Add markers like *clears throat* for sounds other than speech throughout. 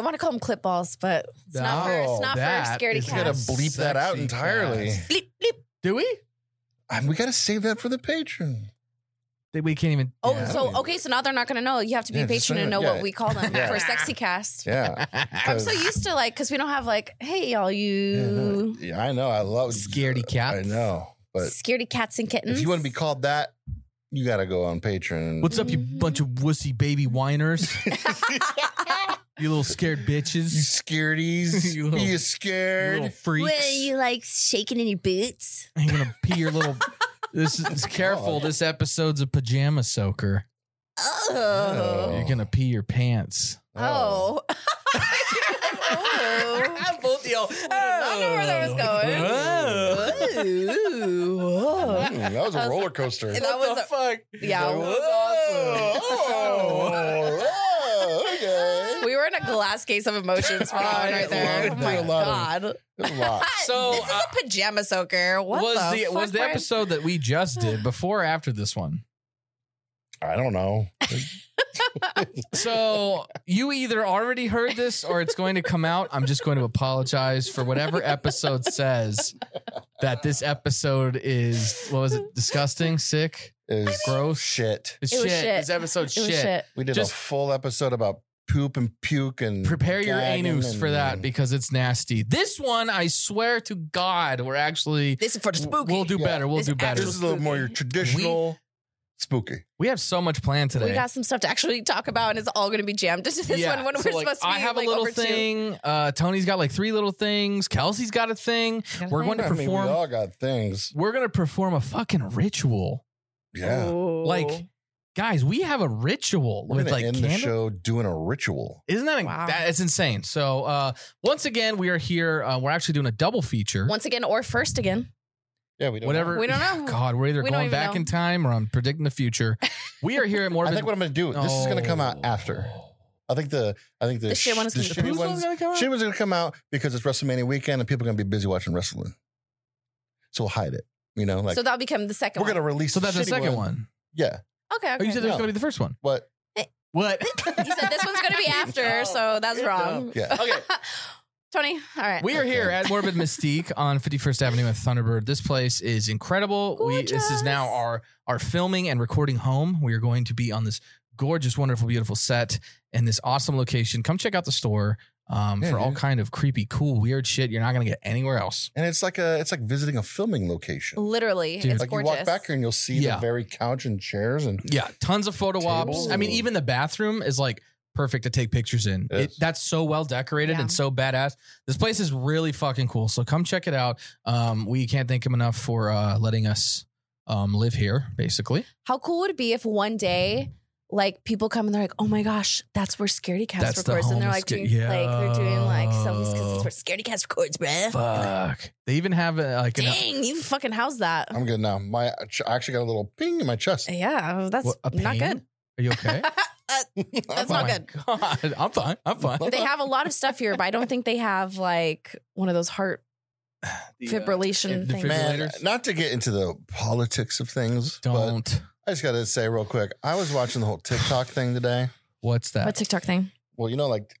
want to call them clip balls, but it's not for it's No, not for that scaredy is cats. gonna gotta bleep that out Sexy entirely. cats. Bleep, bleep. Do we? Um, we gotta save that for the patron. That we can't even. Oh, Yeah. so okay, so now they're not gonna know. You have to be Yeah, a just patron send to it- know yeah. what we call *laughs* them Yeah. for sexy cast. Yeah. *laughs* I'm so used to like because we don't have like, hey, all Yeah, you no, yeah, I know. I love Scaredy cats. I know, but scaredy cats and kittens. if you want to *laughs* be called that, you gotta go on Patreon. What's up, you Mhm. bunch of wussy baby whiners? you little scared you bitches. scaredies? *laughs* You little- Are you You little scared? freaks. like shaking in your boots? I'm gonna pee your little. This is *laughs* careful. This episode's a pajama soaker. Oh, Oh. You're gonna pee your pants. oh. Oh. *laughs* Both y'all. I know where that was going. Oh. Ooh. Whoa. *laughs* Mm, that was *laughs* a roller coaster. That was a- fuck? Yeah. That was *laughs* Oh, *laughs* awesome. oh, okay. *laughs* We were in a glass case of emotions for that one right there. I Oh my love god. There's a lot. So, this is uh, a pajama soaker. What was the, the, fuck, was the Brian? episode that we just did before or after this one? I don't know. So you either already heard this or it's going to come out. I'm just going to apologize for whatever episode says that this episode is what was it? Disgusting, sick, Is *laughs* gross. shit. It's It was shit. This episode It was shit. shit. We did Just- a full episode about poop and puke and Prepare your gagging anus and- for that because it's nasty. This one, I swear to God, we're actually This is for the spooky. we'll do Yeah. better. We'll This do better. this is a little more your traditional spooky. We have so much planned today. We got some stuff to actually talk about, and it's all going to be jammed into this one when so, we're like, supposed to be. I have like, a little over two. thing. Uh, Tony's got like three little things. Kelsey's got a thing. Got a We're thing? going to I mean, we perform. all got things. we're going to perform a fucking ritual. Yeah. Like, guys, we have a ritual We're with gonna like end the candle. show doing a ritual. Isn't that, Wow. that it's insane? So uh, once again, we are here. Uh, we're actually doing a double feature. once again or first again. Yeah, we don't Whatever. We don't know. God, we're either We don't going even back know. in time or I'm predicting the future. We are here at Know. *laughs* Morbid. I think what I'm gonna do. This is gonna come out Oh. after. I think the I think the, The shit one is the gonna- The shitty Poozle's ones gonna come out? shitty ones are gonna come out because it's WrestleMania weekend and people are gonna be busy watching wrestling. So we'll hide it. You know, like so that'll become the second. we're gonna release. So that's the shitty second one. Yeah, one. Okay. Oh, okay. you said there was going to be the first one. but What? He said this one's going *laughs* to be after, so that's wrong. yeah, Okay. *laughs* Tony, all right. We are here at Morbid Mystique on 51st Avenue at Thunderbird. This place is incredible. We, this is now Gorgeous. our our filming and recording home. We are going to be on this gorgeous, wonderful, beautiful set in this awesome location. Come check out the store um, Yeah, for all dude. kind of creepy, cool, weird shit you're not going to get anywhere else. and it's like a it's like visiting a filming location. Literally, Dude. it's like gorgeous. you walk back here and you'll see Yeah. the very couch and chairs and Yeah, tons of photo ops. Tables. I mean, even the bathroom is like perfect to take pictures in. Yes. It, that's so well decorated Yeah. and so badass. This place is really fucking cool. So come check it out. Um, we can't thank him enough for uh, letting us um, live here, basically. How cool would it be if one day, like people come and they're like, "Oh my gosh, that's where Scaredy Cast That's the records," and they're homeless like, sca- doing, like they're doing like selfies because Yo. it's where Scaredy Cast records, bruh. Fuck. They even have uh, like an, Dang, you fucking how's that? Uh, I'm good now. My uh, I actually got a little ping in my chest. *laughs* yeah, that's what, a not pain? good. Are you *laughs* okay? *laughs* That's not good. Oh my God. I'm fine. I'm fine. They have a lot of stuff here, but I don't think they have like one of those *laughs* heart fibrillation the things. fibri- Man, Defibrillators? not to get into the politics of things, but Don't. I just got to say real quick, I was watching the whole TikTok thing today. What's that? What TikTok thing? Well, you know, like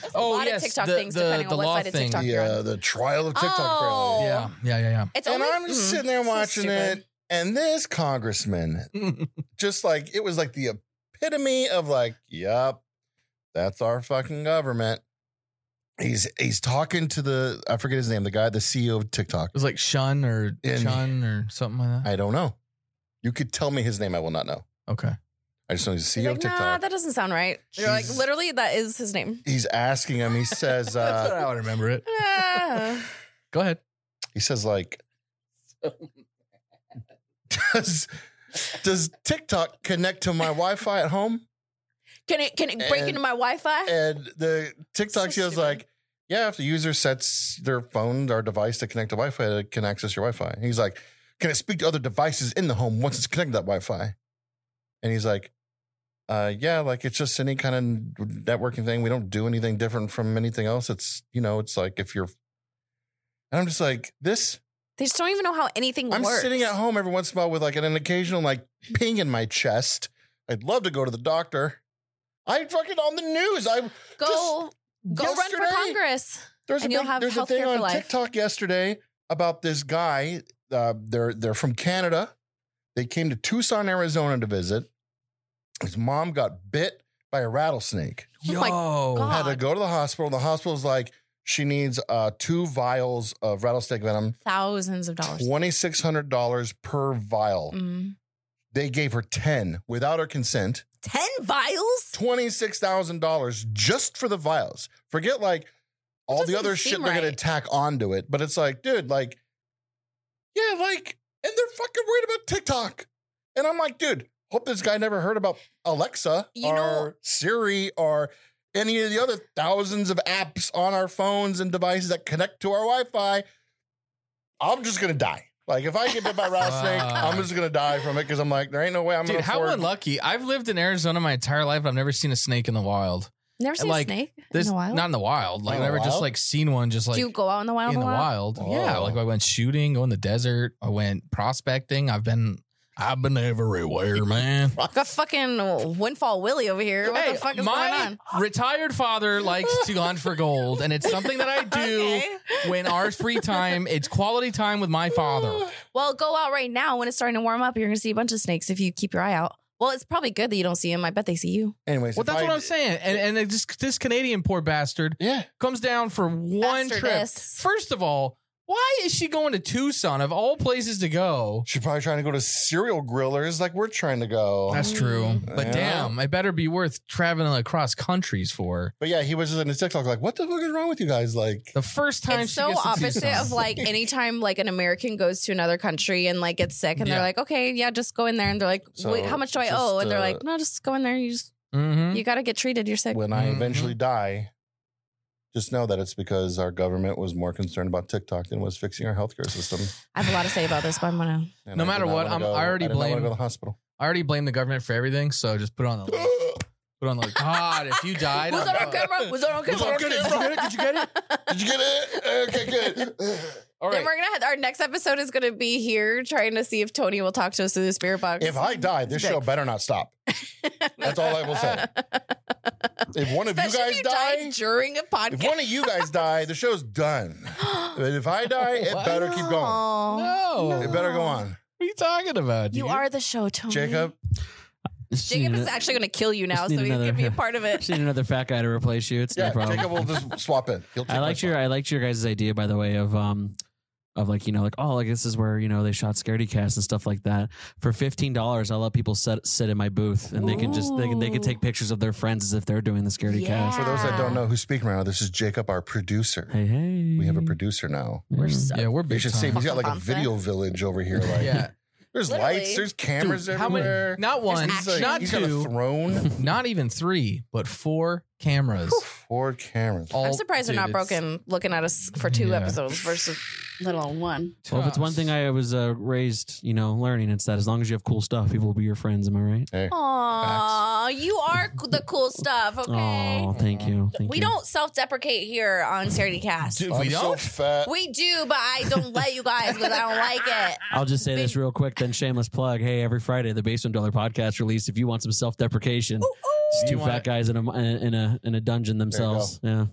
There's Oh, a lot yes, of TikTok the- things the- depending the on what law side of thing. TikTok the you're uh, on. the trial of TikTok. Oh. apparently. yeah. Yeah. Yeah. It's And only- I'm just mm, sitting there so watching stupid. it, and this congressman, Yeah. just like it was like the epitome of like, yup, that's our fucking government. He's he's talking to the I forget his name, the guy, the CEO of TikTok. It was like Shun or In- Chun or something like that. I don't know. You could tell me his name, I will not know. okay. I just know he's the CEO You're of like, TikTok. nah, that doesn't sound right. You're like, Jesus. literally, that is his name. he's asking him. He *laughs* says, uh, I would remember it. Ah. Go ahead. he says *laughs* like, *laughs* does does TikTok connect to my Wi-Fi at home? Can it can it break And- into my Wi-Fi? And the TikTok So she was stupid. like, yeah, if the user sets their phone or device to connect to Wi-Fi, it can access your Wi-Fi. And he's like, can it speak to other devices in the home once it's connected to that Wi-Fi? And he's like, uh, yeah, like it's just any kind of networking thing. We don't do anything different from anything else. It's you know, it's like if you're, and I'm just like this. they just don't even know how anything I'm works. sitting at home every once in a while with like an, occasional like ping in my chest. I'd love to go to the doctor. I fucking on the news. I Go Go run Yesterday- for Congress. There's And a you'll big, have there's a healthcare thing for on life. TikTok yesterday about this guy. Uh, they're they're from Canada. They came to Tucson, Arizona, to visit. His mom got bit by a rattlesnake. Oh my God. Had to go to the hospital. The hospital's like, she needs uh, two vials of rattlesnake venom, Thousands of dollars. twenty six hundred dollars per vial. Mm. They gave her ten without her consent. Ten vials? $26,000 just for the vials. Forget like all the doesn't other shit seem they're going right. to tack onto it. But it's like, dude, like, yeah, like, and they're fucking worried about TikTok. And I'm like, dude, hope this guy never heard about Alexa You or know- Siri or any of the other thousands of apps on our phones and devices that connect to our Wi Fi. I'm just going to die. Like, if I get *laughs* bit by a rattlesnake, I'm just going to die from it because I'm like, there ain't no way I'm going Dude, to how afford unlucky! I've lived in Arizona my entire life. I've never seen a snake in the wild. Never seen Like, a snake This in the wild. not in the wild. Not Like in I've the never just wild? like seen one. Just like Do you go out in the wild? in the a lot? wild. Yeah, Oh. like I went shooting, go in the desert. I went prospecting. I've been, I've been everywhere, man. Got fucking windfall Willie over here. What the fuck is my going on? retired father likes to hunt for gold, and it's something that I do *laughs* Okay. when our free time. It's quality time with my father. Well, go out right now when it's starting to warm up. You're gonna see a bunch of snakes if you keep your eye out. Well, it's probably good that you don't see them. I bet they see you. Anyways, Well, if that's I- what I'm saying. And and it just this Canadian poor bastard Yeah. comes down for one trip. Bastardess. First of all, why is she going to Tucson of all places to go? She's probably trying to go to cereal grillers like we're trying to go. That's true, but Yeah. damn, it better be worth traveling across countries for. but yeah, he was just in his TikTok like, what the fuck is wrong with you guys? Like, The first time It's she so gets to opposite Tucson. of like anytime like an American goes to another country and like gets sick and Yeah. they're like, okay, yeah, just go in there and they're like, So, wait, how much do I just, owe? And they're uh, Hmm? like, no, just go in there. You just Mhm. you gotta get treated. You're sick. when I Mhm. eventually die, just know that it's because our government was more concerned about TikTok than was fixing our healthcare system. I have a lot to say about this, but I'm *laughs* gonna. And No I did matter not what, wanna I'm- go- I already did not wanna blame- go to the *laughs* hospital. I already blame the government for everything, so just put it on the list. put it on the list. God. If you died, Was I'm- that on camera? Was that Was on that camera? on camera? Did you get *laughs* Did you get it? Okay, good. all Then right. we're gonna have, our next episode is gonna be here trying to see if Tony will talk to us through the spirit box. If I die, this show better not stop. That's all I will *laughs* say. If one of you Especially guys if you die, died during a if podcast. *gasps* one of you guys die, the show's done. But if I die, it What? better keep going. Oh. No. It better go on. What are you talking about? You dude? are the show, Tony. Jacob, Jacob is actually going to kill you now, Just so need he's going another- to be a part of *laughs* it. Just need another fat guy to replace you. It's yeah, no problem. Jacob will just swap in. He'll take I my liked your spot. I liked your guys' idea by the way of um of like you know like oh like this is where you know they shot scaredy cast and stuff like that for fifteen dollars I'll let people sit sit in my booth and they can just they can they can Ooh. take pictures of their friends as if they're doing the scaredy Yeah. cast. For those that don't know who's speaking right now, this is Jacob, our producer. Hey hey, We have a producer now. Yeah. We're so- Yeah, we're big You should see time. he's got like a Fucking video village over here. Like, Yeah. there's Literally. lights, there's cameras Dude, how many- everywhere. Not one, he's like, not he's got a two, *laughs* throne, not even three, but four cameras. four cameras. All- I'm surprised dude, they're not it's- broken looking at us for two Yeah. episodes versus let alone one. Well, if it's one thing I was uh, raised, you know, learning, it's that as long as you have cool stuff, people will be your friends. Am I right? Hey, Aw, you are c- the cool stuff, okay? Oh, thank you. Thank we you. don't self deprecate here on Sarity Cast. Dude, I'm we so don't. fat. We do, but I don't let you guys because I don't like it. I'll just say this real quick, then shameless plug. Hey, every Friday, the Basement Dweller podcast released. If you want some self deprecation, it's You two want fat guys in a in a in a dungeon themselves. Yeah,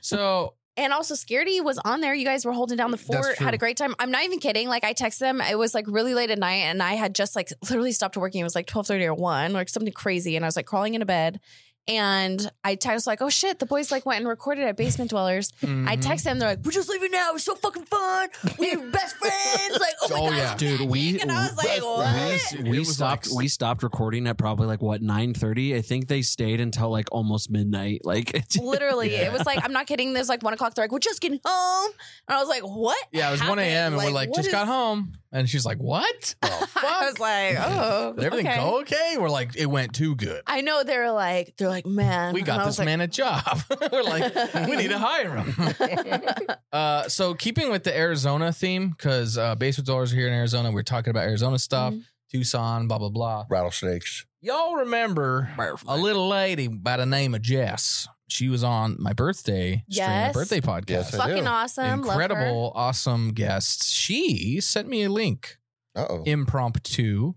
So And also, Scaredy was on there. You guys were holding down the That's fort, true. had a great time. I'm not even kidding. Like, I texted them. It was like really late at night, and I had just like literally stopped working. It was like 12:30 or one, like something crazy. And I was like crawling into bed, and I texted like, "Oh shit!" The boys like went and recorded at Basement Dwellers. I mhm. texted them. They're like, "We're just leaving now. It's so fucking fun. *laughs* We're best friends." Like, oh my Oh, god, yeah. dude, we. And I was like, friends. *laughs* "What?" Dude, it we was stopped. like- we stopped recording at probably like what nine thirty. I think they stayed until like almost midnight. Like, it just- Literally, it was like I'm not kidding. There's like one o'clock. They're like, "We're just getting home," and I was like, "What?" Yeah, it was 1 a.m. and happened? we're like, what just is- got home. And she's like, *laughs* what? Oh, I fuck. was like, "Oh, Did everything okay. go okay? We're like, it went too good. I know they're like they're like man. we And I got was this like, man a job. *laughs* We're like, we need *laughs* to hire him. *laughs* uh, so, keeping with the Arizona theme, because uh, Basement Dollars are here in Arizona, we're talking about Arizona stuff, Mm-hmm. Tucson, blah, blah, blah. Rattlesnakes. Y'all remember a little lady by the name of Jess. She was on my birthday stream, my Yes. birthday podcast. Yes, I Fucking do. awesome, Love her. Incredible, awesome guest. She sent me a link Uh oh. impromptu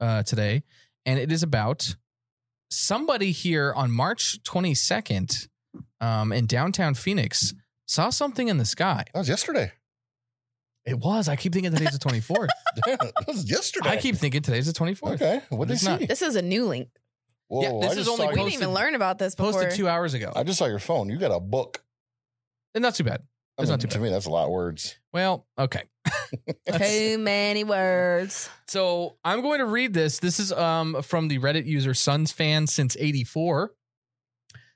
uh, today, and it is about somebody here on March 22nd um, in downtown Phoenix saw something in the sky. That was yesterday. It was. I keep thinking today's the 24th. Yeah, that was yesterday. *laughs* I keep thinking today's the 24th. Okay. What did It's you not- see? This is a new link. Whoa, Yeah, this I is just only saw we your- didn't even posted- learn about this before. Posted two hours ago. I just saw your phone. You got a book. And not too bad. I It's not mean, too to me, that's a lot of words. Well, okay. *laughs* That's- Too many words. so I'm going to read this. This is um, from the Reddit user Suns fan since 84.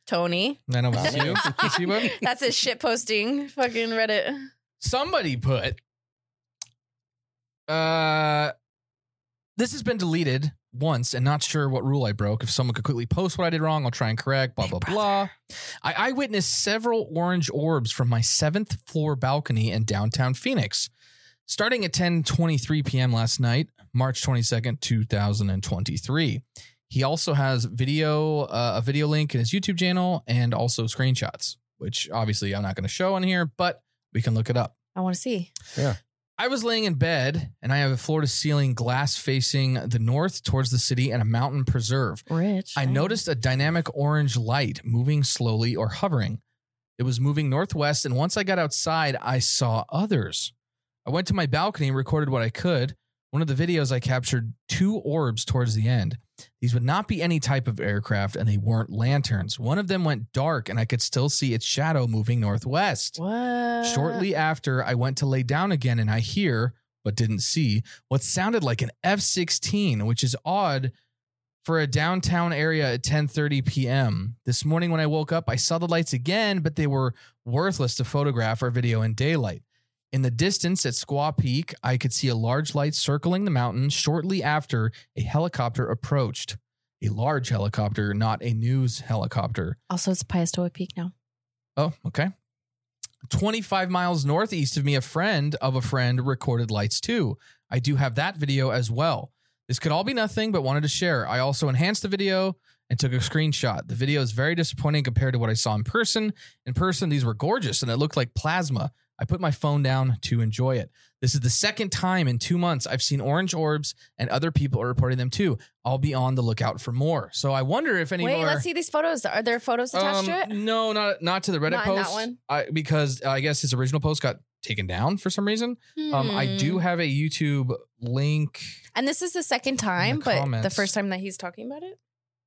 Tony. I know it's Not *laughs* you. me. It's you, bud. That's his shit posting fucking Reddit. somebody put uh this has been deleted once and not sure what rule I broke. If someone could quickly post what I did wrong, I'll try and correct, blah, blah, blah. I eyewitnessed several orange orbs from my seventh floor balcony in downtown Phoenix. Starting at 10 23 p.m. last night, March 22nd, 2023. He also has video, uh, a video link in his YouTube channel and also screenshots, which obviously I'm not going to show on here, but we can look it up. I want to see. I was laying in bed and I have a floor to ceiling glass facing the north towards the city and a mountain preserve. Rich. I noticed a dynamic orange light moving slowly or hovering. It was moving northwest, and once I got outside, I saw others. I went to my balcony and recorded what I could. One of the videos I captured two orbs towards the end. These would not be any type of aircraft and they weren't lanterns. One of them went dark and I could still see its shadow moving northwest. What? Shortly after, I went to lay down again and I hear, but didn't see, what sounded like an F 16, which is odd for a downtown area at 10:30 p.m. This morning when I woke up, I saw the lights again, but they were worthless to photograph or video in daylight. In the distance at Squaw Peak, I could see a large light circling the mountain. Shortly after, a helicopter approached. A large helicopter, not a news helicopter. Also, it's Piastoa Peak now. Oh, okay. 25 miles northeast of me, a friend of a friend recorded lights too. I do have that video as well. This could all be nothing, but wanted to share. I also enhanced the video and took a screenshot. The video is very disappointing compared to what I saw in person. In person, these were gorgeous and it looked like plasma. I put my phone down to enjoy it. This is the second time in two months I've seen orange orbs, and other people are reporting them too. I'll be on the lookout for more. So I wonder if any Wait, more. let's see these photos. Are there photos attached to Um, it? No, not not to the Reddit Not in post. that one? I, because I guess his original post got taken down for some reason. Um, I do Hmm. have a YouTube link. And this is the second time, but the comments. first time that he's talking about it.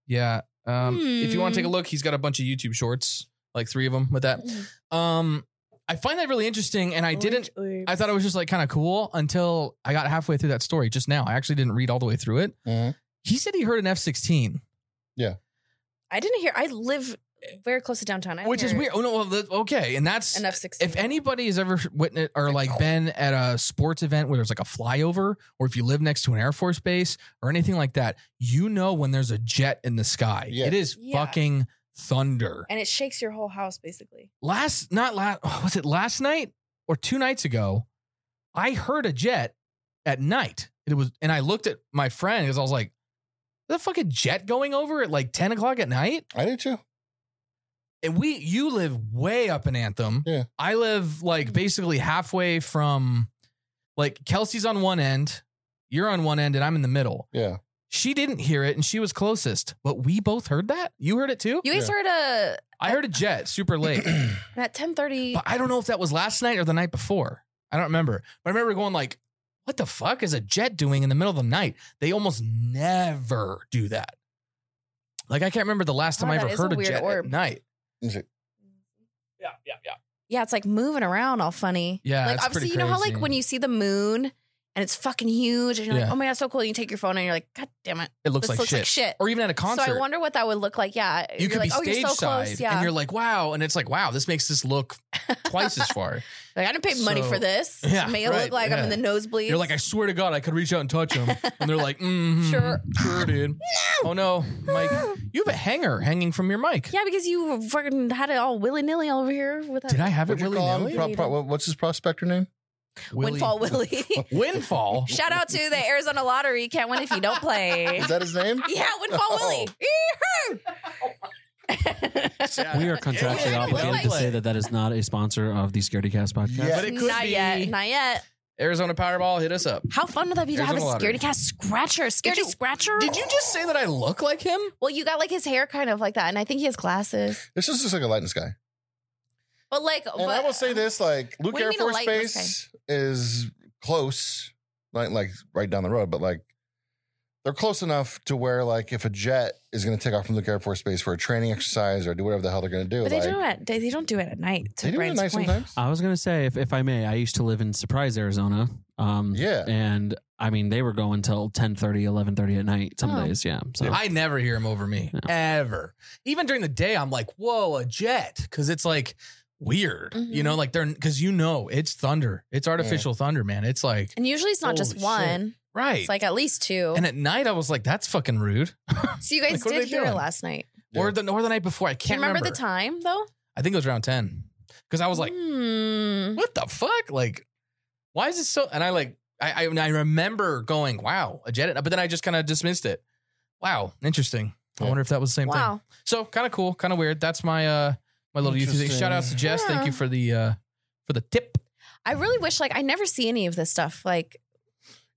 Yeah. Um, If you want Hmm. to take a look, he's got a bunch of YouTube shorts, like three of them with that. Mm. Um, I find that really interesting, and I didn't. Orange I thought it was just like kind of cool until I got halfway through that story just now. I actually didn't read all the way through it. Mhm. He said he heard an F 16, I didn't hear. I live very close to downtown. I which is heard weird. Oh, no. Well, that- okay. And that's. An F sixteen. if anybody has ever witnessed or like been at a sports event where there's like a flyover, or if you live next to an air force base or anything like that, you know when there's a jet in the sky, Yeah. it is Yeah. fucking thunder. and it shakes your whole house basically. Last, not last, *sighs* was it last night or two nights ago? I heard a jet at night. It was, and I looked at my friend because I was like, "The fucking jet going over at like ten o'clock at night." I did too. and we you live way up in Anthem. Yeah. I live like basically halfway from like Kelsey's on one end, you're on one end, and I'm in the middle. Yeah. She didn't hear it and she was closest, but we both heard that. You heard it too? You guys Yeah. heard a I heard a jet super *clears throat* late. at ten thirty. but I don't know if that was last night or the night before. I don't remember. But I remember going like, what the fuck is a jet doing in the middle of the night? They almost never do that. Like I can't remember the last time Wow, I Ah, that ever is a heard a, weird jet orb. at night. Is it- Yeah, yeah, yeah. Yeah, it's like moving around, all funny. Yeah, like it's obviously, pretty you know how crazy. like when you see the moon and it's fucking huge, and you're Yeah. like, oh my god, so cool. And you take your phone and you're like, god damn it, It looks this like looks shit. like shit. or even at a concert. So I wonder what that would look like. Yeah, you You're could like, be oh, stage you're so side, close. Yeah, and you're like, wow, and it's like, wow, this makes this *laughs* look twice as far. like I didn't pay money So- for this. Yeah, May it right, look like I'm in yeah. the nosebleeds. You're like, I swear to God, I could reach out and touch them, and they're like, mm Sure. sure, *laughs* dude. Oh no, Mike, you have a hanger hanging from your mic. *gasps* yeah, because you fucking had it all willy nilly over here with that Did I have it What'd you really? call him? nilly? Pro- pro- what's his prospector name? windfall *laughs* willy. Oh, Windfall. Shout out to the Arizona Lottery. Can't win if you don't play. Is that his name? *laughs* yeah, windfall willy. Oh. Yee-hoo! We are contractually *laughs* *laughs* Yeah, obligated like- to say that that is not a sponsor of the Scaredy Cast podcast. Yeah. But it could not be yet. Not yet. Arizona Powerball. Hit us up. How fun would that be to have a Arizona Lottery. scaredy cat scratcher? Scaredy you- scratcher? Did you just say that I look like him? Well, you got like his hair kind of like that, and I think he has glasses. This is just like a light in the sky. But like, And I will say this: like Luke What do you Air mean a Force light in the Base is close, like like right down the road, but like they're close enough to where like if a jet is going to take off from Luke Air Force Base for a training exercise or do whatever the hell they're going to do, But like they do it. At, they, they don't do it at night. To they do it at Brian's night point. sometimes. I was gonna say, if, if I may, I used to live in Surprise, Arizona. Um, Yeah. and I mean they were going till 10 11.30 at night some Oh. days. Yeah, so I never hear him over me No. ever. Even during the day, I'm like, whoa, a jet, because it's like weird, Mhm. you know, like they're because you know it's thunder, it's artificial thunder, man. It's like And usually it's not just Holy shit. one. right, It's like at least two. and at night I was like, that's fucking rude. so you guys like, what are did they hear it doing? last night. Or the or the night before, I Do you can't remember, the time though? I think it was around ten because I was like, Hmm. what the fuck? Like, why is it so? And I like, I I, and I remember going, wow, a jet, but then I just kind of dismissed it. Wow, interesting. I Yeah. wonder if that was the same thing. wow. So kind of cool, kind of weird. That's my uh my little YouTube thing. Interesting. Shout out to Jess. Thank Yeah. you for the uh for the tip. I really wish like I never see any of this stuff. Like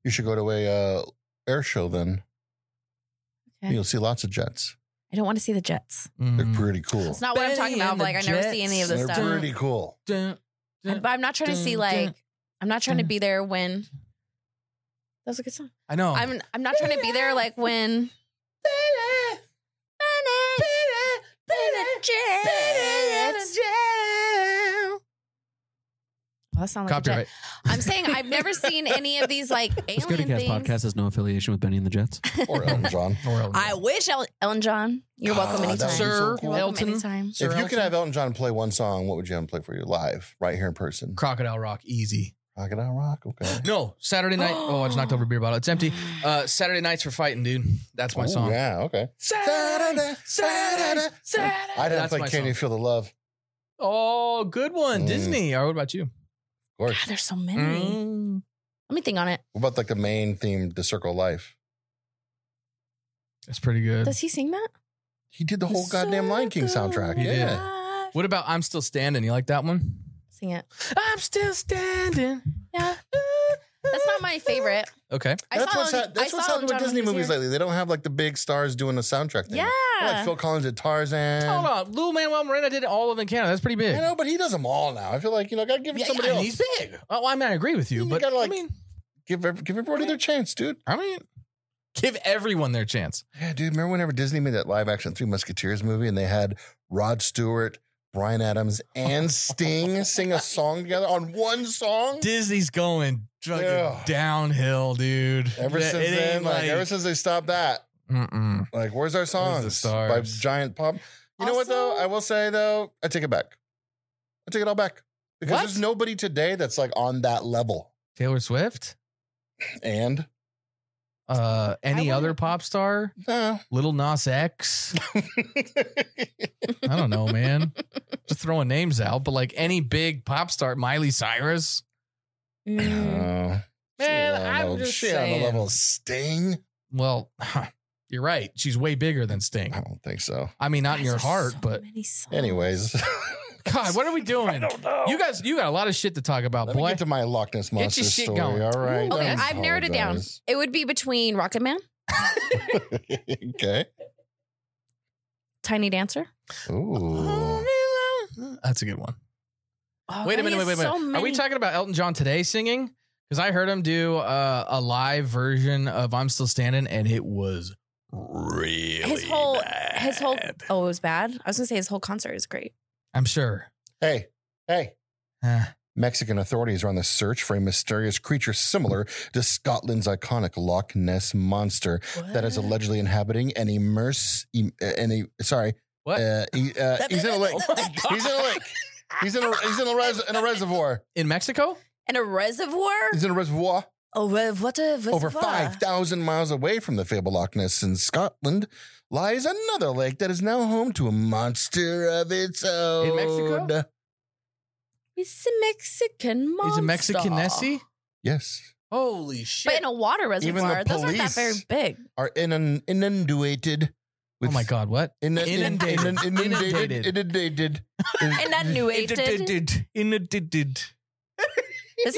You should go to a uh, air show then. Okay. You'll see lots of jets. I don't want to see the jets. They're Mm. pretty cool. It's not what I'm Betty talking about. and but, Like the I never see any of this They're stuff. pretty cool. Dun, I- dun. But I'm not trying to see like I'm not trying to be there when. That was a good song. I know. I'm I'm not trying to be there like when. Well, that sounds like a jet. Copyright. I'm saying I've *laughs* never seen any of these like The Scaredy alien Cast things. podcast has no affiliation with Benny and the Jets. *laughs* Or Elton John. Or Elton I John. wish El- Ellen John. You're Ah, welcome God, that anytime. would be Sir so cool. You're welcome Elton. anytime. Sir if you could Elton? have Elton John play one song, what would you have him play for you live, right here in person? Crocodile Rock, easy. Crocodile Rock. Okay. No, Saturday *gasps* night. oh, I just knocked over a beer bottle. It's empty. Uh, Saturday nights for fighting, dude. That's my Ooh, song. Yeah. Okay. Saturday, Ah. Saturday, Saturday. I'd have That's to my play Can song. You Feel the Love? Of Oh, good one, Mm. Disney. Or what about you? God, course. there's so many. Mm. Let me think on it. What about like the main theme, The Circle of Life? That's pretty good. Does he sing that? He did the whole goddamn Lion King soundtrack. He did. Yeah. What about I'm Still Standing? You like that one? Sing it. I'm still standing. Yeah. That's not my favorite. Okay. I that's saw what's, Ellen- hap- I that's saw what's Ellen happened with John when Disney he was movies here. lately. They don't have like the big stars doing the soundtrack thing. Yeah. Like Phil Collins did Tarzan. Hold on. Lou Manuel Miranda did all of in Canada. That's pretty big. I know, but he does them all now. I feel like you know, gotta give it Yeah, to somebody yeah, and else. he's big. Oh, I mean, I agree with you, You but gotta, like- I mean, Give ev- give everybody their chance, dude. I mean, give everyone their chance. Yeah, dude. Remember whenever Disney made that live action Three Musketeers movie, and they had Rod Stewart, Brian Adams, and *laughs* Sting sing a song together on one song. Disney's going fucking Yeah. downhill, dude. Ever It since ain't then, like, ever since they stopped that, Mm-mm. like, where's our songs the by stars? Giant Pop? You know what though? Also- I will say though, I take it back. I take it all back because What? there's nobody today that's like on that level. Taylor Swift, And uh, any I other wouldn't- pop star, uh, *laughs* Little Nas X. I don't *laughs* know, man. Just throwing names out, but like any big pop star, Miley Cyrus. Uh, Mm. Oh, *laughs* Man, she on I'm the- just she on saying. the level of Sting. Well, *laughs* you're right. She's way bigger than Sting. I don't think so. I mean, not in Guys, your there's heart, so but many songs. Anyways, *laughs* God, what are *laughs* we doing? know. You guys, you got a lot of shit to talk about, Let me boy. get to my Loch Ness your monster shit story. going. All right. Okay, I I've narrowed it down. apologize. It would be between Rocket Man, *laughs* okay. Tiny Dancer. Ooh. That's a good one. Oh, Wait a minute, wait, wait, wait. Are we talking about Elton John today singing? Because I heard him do uh, a live version of "I'm Still Standing" and it was really his whole his whole bad. oh it was bad. I was gonna say his whole concert is great. I'm sure. Hey, hey. Uh, Mexican authorities are on the search for a mysterious creature similar to Scotland's iconic Loch Ness monster that Uh. is allegedly inhabiting an immerse, em, uh, any sorry, What? Uh, he, uh, he's in a lake. Oh my God. He's in a lake. He's in a he's in a, res, in a reservoir. in Mexico? and a reservoir. He's in a reservoir Oh, well, what a reservoir. over five thousand miles away from the fabled Loch Ness in Scotland. Lies another lake that is now home to a monster of its own. Mexico? He's a Mexican monster. He's a Mexican Nessie? Yes. Holy shit! But in a water Even the reservoir. Those aren't that police- very big. Are inund- inundated. oh my god, what? Inund- Inundated. inund- Inundated. Inundated. *laughs* Inundated. And that new This Inundated.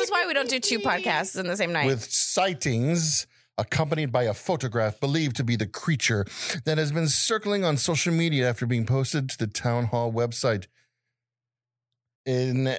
is why we don't do two podcasts in the same night. with sightings accompanied by a photograph believed to be the creature that has been circling on social media after being posted to the town hall website. in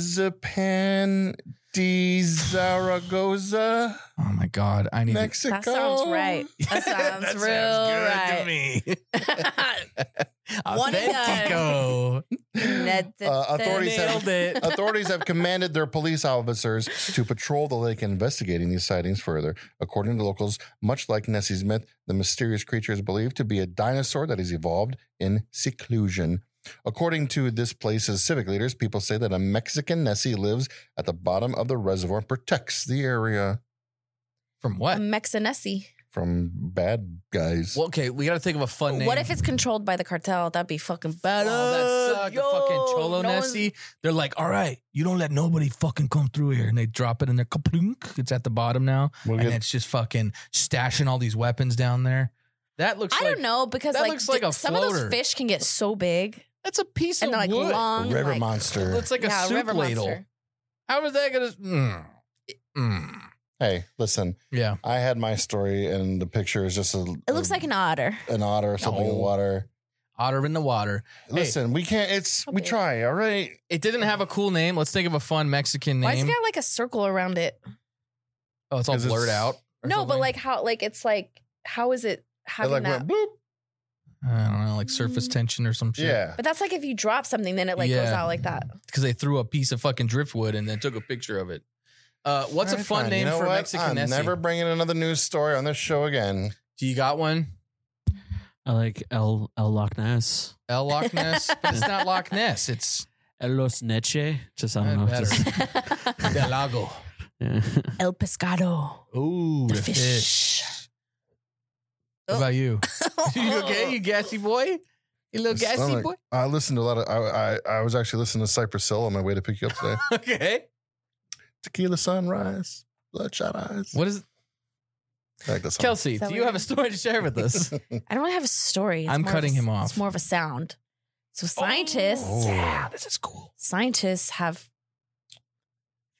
Atazapan de Zaragoza, Oh my god, I need. to Mexico. That sounds *laughs* *laughs* right. That sounds real right. me. *laughs* One and *laughs* Authentico. *laughs* Ned- Uh, authorities Nailed have it. Authorities have commanded their police officers to patrol the lake investigating these sightings further. According to locals, much like Nessie's myth, the mysterious creature is believed to be a dinosaur that has evolved in seclusion. According to this place's civic leaders, people say that a Mexican Nessie lives at the bottom of the reservoir and protects the area From a what? Mexinesi. from bad guys. Well, okay, we got to think of a fun name. What if it's controlled by the cartel? That'd be fucking Oh, bad. that sucked. The fucking Cholo Nessie. They're like, all right, you don't let nobody fucking come through here. And they drop it in there. Kaplunk. It's at the bottom now. We'll Oh, And get- it's just fucking stashing all these weapons down there. That looks I like don't know because that like, looks like a some of floater. those fish can get so big that's a piece and of they're like wood. long. river like, monster. That's like yeah, a soup river ladle. monster. How is that gonna? Mm. Mm. hey, listen, Yeah, I had my story, and the picture is just a. It looks like an otter. an otter or something in No. the water. otter in the water. Listen, we can't. It's we Okay. try. All right. It didn't have a cool name. Let's think of a fun Mexican Why's it name. got like a circle around it? oh, it's all 'Cause it's- blurred out. or No, but something? like how like it's like how is it how It can like that went bloop. I don't know, like surface tension or some shit. Yeah. But that's like if you drop something, then it like goes Yeah. out like *laughs* that. because they threw a piece of fucking driftwood and then took a picture of it. Uh, what's All a right, fun fine. name You know for a what? Mexican I'm Nessie? never bringing another news story on this show again. Do you got one? I like El El Loch Ness. El *laughs* Loch Ness? but it's not Loch Ness. It's El Los Neche. Just I don't know. Better. Just, Del Lago. yeah. El pescado. Ooh, The the fish. fish. What about *laughs* you? *laughs* *laughs* you okay? okay? You *laughs* gassy boy? You little It's gassy stomach. boy? *laughs* I listened to a lot of. I I, I was actually listening to Cypress Hill on my way to pick you up today. Okay. Tequila sunrise, bloodshot eyes. What is I like that song. Kelsey? Is that Do what you have a it is? story to share with *laughs* us? I don't really have a story. It's I'm more of cutting a- him off. It's more of a sound. So scientists Oh. Yeah, this is cool. scientists have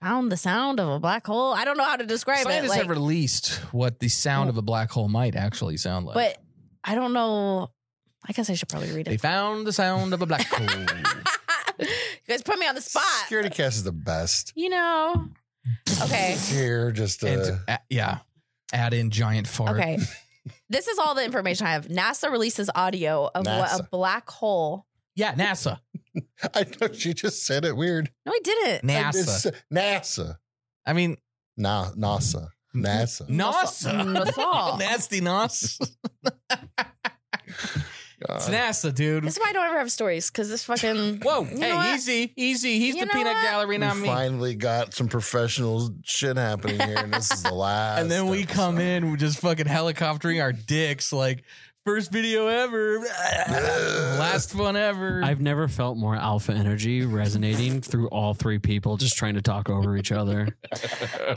found the sound of a black hole. I don't know how to describe it. Scientists like- have released what the sound of a black hole might actually sound like. but I don't know. I guess I should probably read they it. found the sound of a black hole. *laughs* you guys put me on the spot. Security cast is the best. *laughs* You know. Okay. Here, just and uh, uh, yeah, add in giant fart. Okay. This is all the information I have. NASA releases audio of what a NASA. black hole. Yeah, NASA. *laughs* I know she just said it weird. No, I didn't. I just- NASA. NASA, I mean, Na, NASA, NASA. NASA. *laughs* NASA. Nasty Nos. It's God. NASA, dude. This is why I don't ever have stories because this fucking. Whoa. You know hey, what? easy. Easy. He's You the know peanut what? gallery, not we me. finally got some professional shit happening here, and this *laughs* is the last. And then we come episode. in, we're just fucking helicoptering our dicks like first video ever, last one ever. I've never felt more alpha energy resonating through all three people just trying to talk over each other.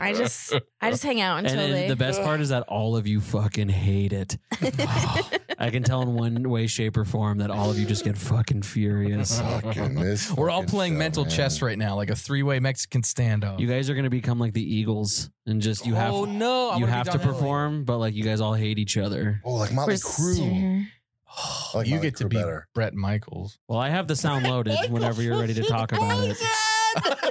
I just, I just hang out until and they. and the best part is that all of you fucking hate it. *laughs* I can tell in one way, shape, or form that all of you just get fucking furious. Fucking this *laughs* we're all fucking playing show, mental man. chess right now, like a three-way Mexican standoff. You guys are gonna become like the Eagles and just you have oh no! I you wanna be have to Don Henley. perform, but like you guys all hate each other. Oh, like Motley Crue. like Oh, you Motley get to Crue be better. Brett *laughs* Michaels. Well, I have the sound loaded *laughs* whenever you're ready to talk about it. *laughs* What's the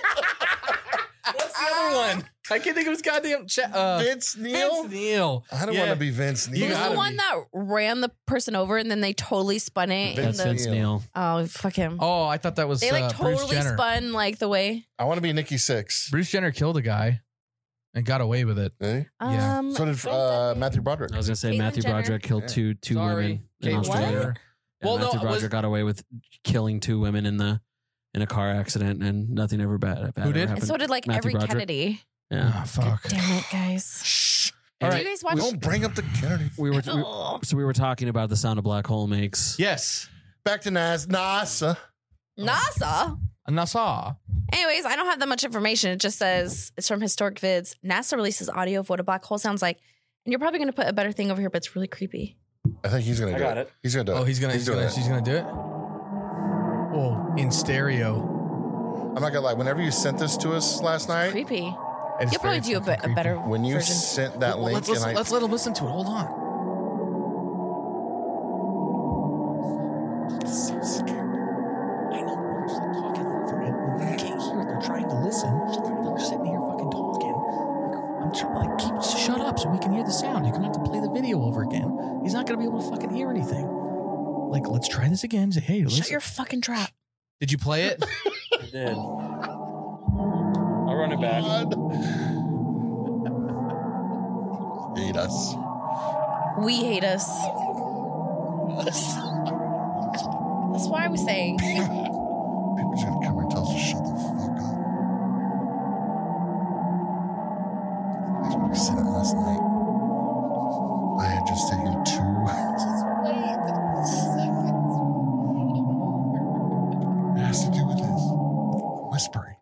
other Ah. one? I can't think of his goddamn. Cha- uh, Vince Neil. Vince Neil. I don't Yeah. want to be Vince Neil. Who's gotta the one that ran the person over and then they totally spun it? in That's the, Vince Neil. oh, fuck him. Oh, I thought that was they like uh, Bruce totally Jenner. spun like the way. I want to be Nikki Six. Bruce Jenner killed a guy and got away with it. Eh? Yeah. Um, So did uh, Matthew Broderick. I was gonna say Caitlyn Matthew Jenner. Broderick killed Yeah. two two Sorry, women in Caitlyn Australia. Jenner. And Well, no, Matthew it Broderick was- got away with killing two women in the in a car accident, and nothing ever bad. Who bad ever did? and happened. so did like Matthew every Broderick. Kennedy. Yeah. Oh, fuck. Damn it, guys. Shh. All Did right. you guys watch? Don't bring up the Kennedy. We were we- Oh. so we were talking about the sound a black hole makes. Yes. Back to Nas. uh. NASA. NASA. Nassau. Anyways, I don't have that much information. It just says it's from historic vids. NASA releases audio of what a black hole sounds like, and you're probably gonna put a better thing over here, but it's really creepy. I think he's gonna do it. He's gonna do it. Oh, he's gonna. He's doing gonna. it. She's gonna do it. Oh, in stereo. I'm not gonna lie. Whenever you sent this to us last night, Creepy. You'll It's probably very do a, fucking bit a creepy. better when you version. sent that Well, link, let's, and listen, I, let's let him listen to it. Hold on. so scared. I know. up so we can hear the sound. You're gonna have to play the video over again. He's not gonna be able to fucking hear anything. Like, let's try this again. Say, hey, Shut listen. your fucking trap. did you play *laughs* it? I did. I'll run it back. God. Hate us. We hate us. That's why I was saying. People just gonna come and tell us to shut the fuck up. That's what I said it last night. I had just taken two. *laughs* Just wait a second. It has to do with this. Whispering.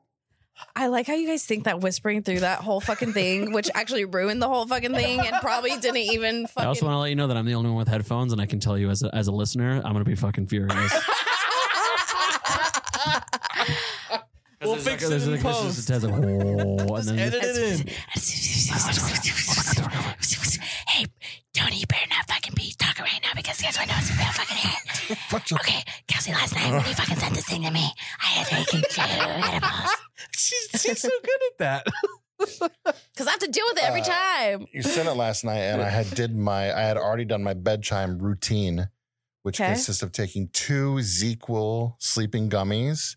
I like how you guys think that whispering through that whole fucking thing, which actually ruined the whole fucking thing and probably didn't even I also fucking. want to let you know that I'm the only one with headphones, and I can tell you as a, as a listener, I'm gonna be fucking furious. 'Cause We'll there's fix like- it there's in like- there's post. just- it has a whoa, *laughs* and then *laughs* Edit it in. *laughs* hey, Tony, you better not fucking be talking right now because guess what? No, it's a real fucking hit. *laughs* Fuck your Okay, Kelsey, last night when you fucking sent this thing to me, I had taken two *laughs* edibles. she's, she's so good at that. *laughs* Because I have to deal with it every Uh, time. You sent it last night, and I had did my I had already done my bedtime routine, which Okay. consists of taking two ZQL sleeping gummies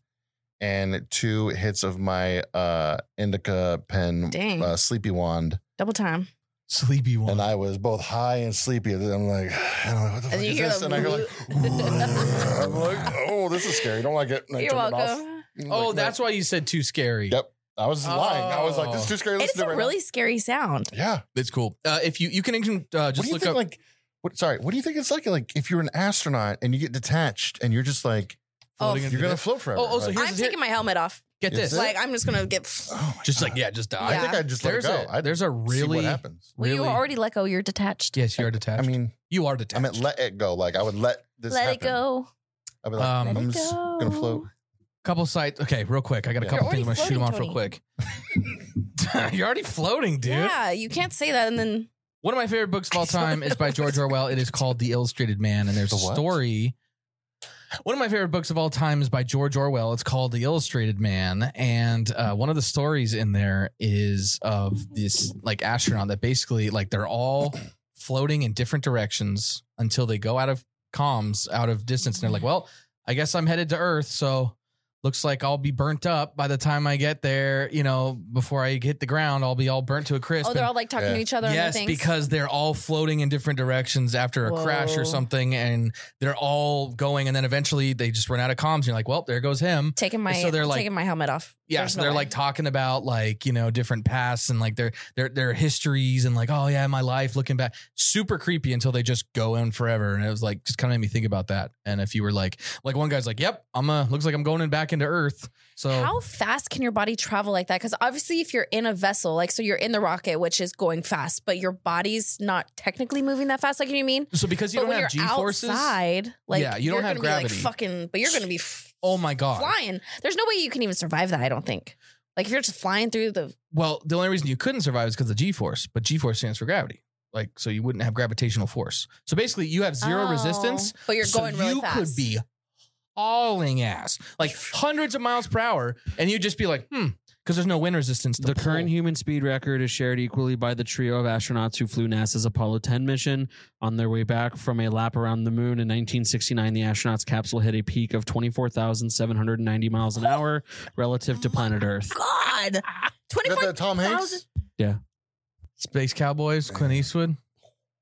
and two hits of my uh, indica pen Dang. uh, sleepy wand, Double time. Sleepy one. and I was both high and sleepy. And I'm like, *sighs* I don't know what the fuck you is hear this, the and I hear like, I'm like, oh, this is scary. I don't like it. And I You're turned it off. welcome. I'm oh, like, that's why you said too scary. Yep. I was lying. I was like, this is too scary. to It's listen to a right now. really scary sound. yeah. It's cool. Uh, if you you can uh, what do just you look think, up. Like, what? Sorry, what do you think it's like? Like, if you're an astronaut and you get detached and you're just like, Oh, floating in you're the gonna dip. float forever. Oh, oh, so like, here's- I'm taking my helmet off. get Is this. it? Like, I'm just going to get. oh my just God. like yeah, just die. I think Yeah. I just let it There's go. a I there's a see really what happens. Well, you really- were already let go. You're detached. yes, you are detached. I mean, you are detached. I meant let it go. Like I would let this. let happen. it go. I'd be like, Um, I'm Let it just gonna go. float. Couple sites. Okay, real quick. I got a Yeah. couple You're things. I'm gonna shoot already them off real floating, quick. *laughs* You're already floating, dude. Yeah, you can't say that and then One of my favorite books *laughs* of all time is by George Orwell. It is called The Illustrated Man, and there's The a what? story. One of my favorite books of all time is by George Orwell. It's called The Illustrated Man, and uh, one of the stories in there is of this like astronaut that basically like they're all floating in different directions until they go out of comms, out of distance, and they're like, "Well, I guess I'm headed to Earth, so looks like I'll be burnt up by the time I get there. You know, before I hit the ground, I'll be all burnt to a crisp." oh they're And- all like talking to Yeah. each other. and Yes, things. because they're all floating in different directions after a crash or Whoa. something, and they're all going, and then eventually they just run out of comms. And you're like, well, there goes him. taking my So they're like- taking my helmet off. Yeah, There's so no they're way. like talking about like you know different pasts and like their their their histories and like oh yeah my life looking back super creepy until they just go in forever and it was like just kind of made me think about that and if you were like like one guy's like yep I'm uh looks like I'm going in back into Earth so How fast can your body travel like that? Because obviously, if you're in a vessel, like so, you're in the rocket, which is going fast, but your body's not technically moving that fast. Like you know what I mean? so because you but don't when have G you're forces outside, like Yeah, you don't have you're gonna be, gravity. like, fucking, but you're going to be f- oh my god flying. There's no way you can even survive that. I don't think. Like if you're just flying through the Well, the only reason you couldn't survive is because of G force, but G force stands for gravity. Like, so you wouldn't have gravitational force. So basically, you have zero Oh, resistance. but you're so going really you fast. could be hauling ass, like hundreds of miles per hour, and you'd just be like, hmm, because there's no wind resistance. To The pull. current human speed record is shared equally by the trio of astronauts who flew NASA's Apollo 10 mission. On their way back from a lap around the moon in 1969, the astronauts' capsule hit a peak of 24,790 miles an hour relative to planet Earth. *laughs* God, Is twenty that four. the Tom Hanks? Space Cowboys, Clint Eastwood,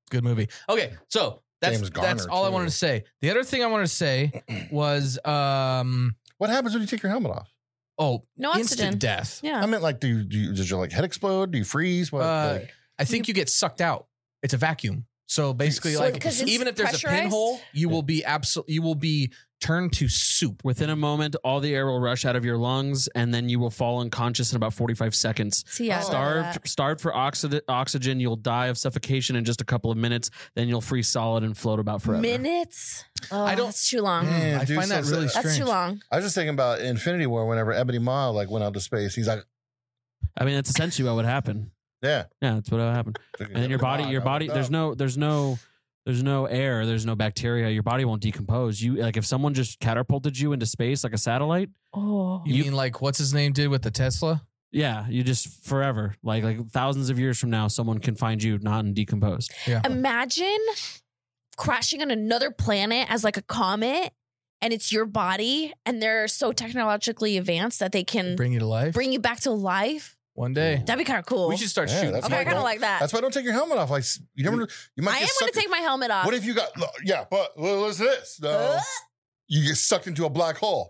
good movie. Okay, so that's James Garner, that's all I too. wanted to say. The other thing I wanted to say *clears throat* was, um, What happens when you take your helmet off? oh, No instant oxygen. death. I Yeah. meant like, do you, do you does your like head explode? Do you freeze? What? Uh, like, I think you get sucked out. It's a vacuum. So basically, So like 'cause it's even if there's a pressurized? pinhole, you will be absolute. You will be turned to soup. Within a moment, all the air will rush out of your lungs, and then you will fall unconscious in about 45 seconds. See, yeah, I remember that. Starved, starved for oxid- oxygen, you'll die of suffocation in just a couple of minutes. Then you'll freeze solid and float about forever. minutes. Oh, I don't- Hmm. That's too long. Mm. Yeah, I dude, find that so- really so- strange. That's too long. I was just thinking about Infinity War whenever Ebony Maw like went out to space. He's like, I mean, that's essentially what would happen. yeah, Yeah, that's what would happen. and then your body your body there's no there's no there's no air there's no bacteria your body won't decompose you like if someone just catapulted you into space like a satellite Oh, You, You- mean like what's his name did with the Tesla? Yeah, you just forever, like like thousands of years from now, someone can find you not and decomposed. Yeah. Imagine crashing on another planet as like a comet and it's your body and they're so technologically advanced that they can bring, Bring you to life you back to life. one day. That'd be kind of cool. We should start Yeah, shooting. that's okay, why I kind don't- of like that. That's why don't take your helmet off. Like s- you never, you might I am get going sucked. to take my helmet off. what if you got? Yeah, but well, what's this? Uh? No, you get sucked into a black hole.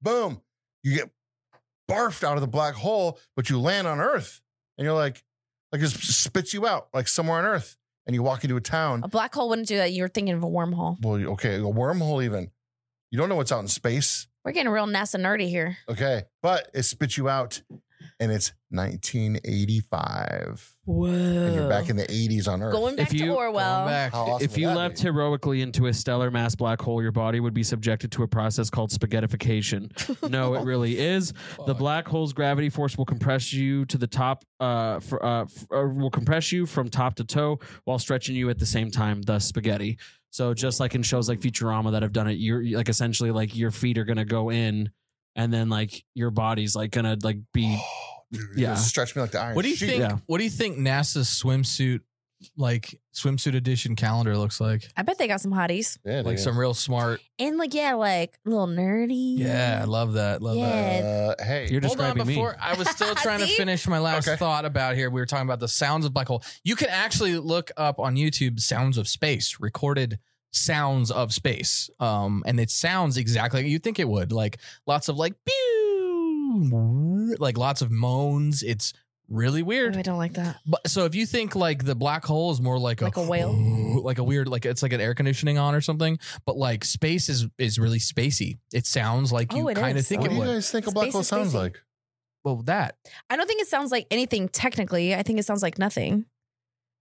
Boom, you get barfed out of the black hole, but you land on Earth, and you're like, like just spits you out like somewhere on Earth, and you walk into a town. a black hole wouldn't do that. You're thinking of a wormhole. Well, you- okay, a wormhole even. You don't know what's out in space. We're getting real NASA nerdy here. Okay, but it spits you out, and it's 1985, Whoa. and you're back in the 80s on Earth. Going back If you- to Orwell. Going back. How awesome if would you that leapt be? heroically into a stellar mass black hole, your body would be subjected to a process called spaghettification. no, it really is. The Fuck. black hole's gravity force will compress you to the top, uh, for, uh, f- uh, will compress you from top to toe while stretching you at the same time, thus spaghetti. So just like in shows like Futurama that have done it, you're like essentially like your feet are gonna go in, and then like your body's like gonna like be *gasps* Dude, Yeah. yeah. stretch me like the iron. What do you sheet. think? Yeah. What do you think NASA's swimsuit, like swimsuit edition calendar, looks like? I bet they got some hotties. Yeah, Like dude. some real smart. And like, yeah, like a little nerdy. Oh, Yeah, I love that. Love Yeah. that. Uh, hey, You're Hold on, describing me. before I was *laughs* still trying to See? finish my last Okay. thought about here. We were talking about the sounds of black hole. You can actually look up on YouTube "Sounds of Space" recorded sounds of space, um, and it sounds exactly like you think it would. Like lots of like pew, like lots of moans. It's really Oh, weird. I don't like that. But so if you think like the black hole is more like a Like a whale? like a weird like it's like an air conditioning on or something, but like space is is really spacey. It sounds like Oh, you it kind of is. think what it do you would. guys think a black Space hole is sounds spacey. like? Well, that I don't think it sounds like anything technically. I think it sounds like nothing. *sighs*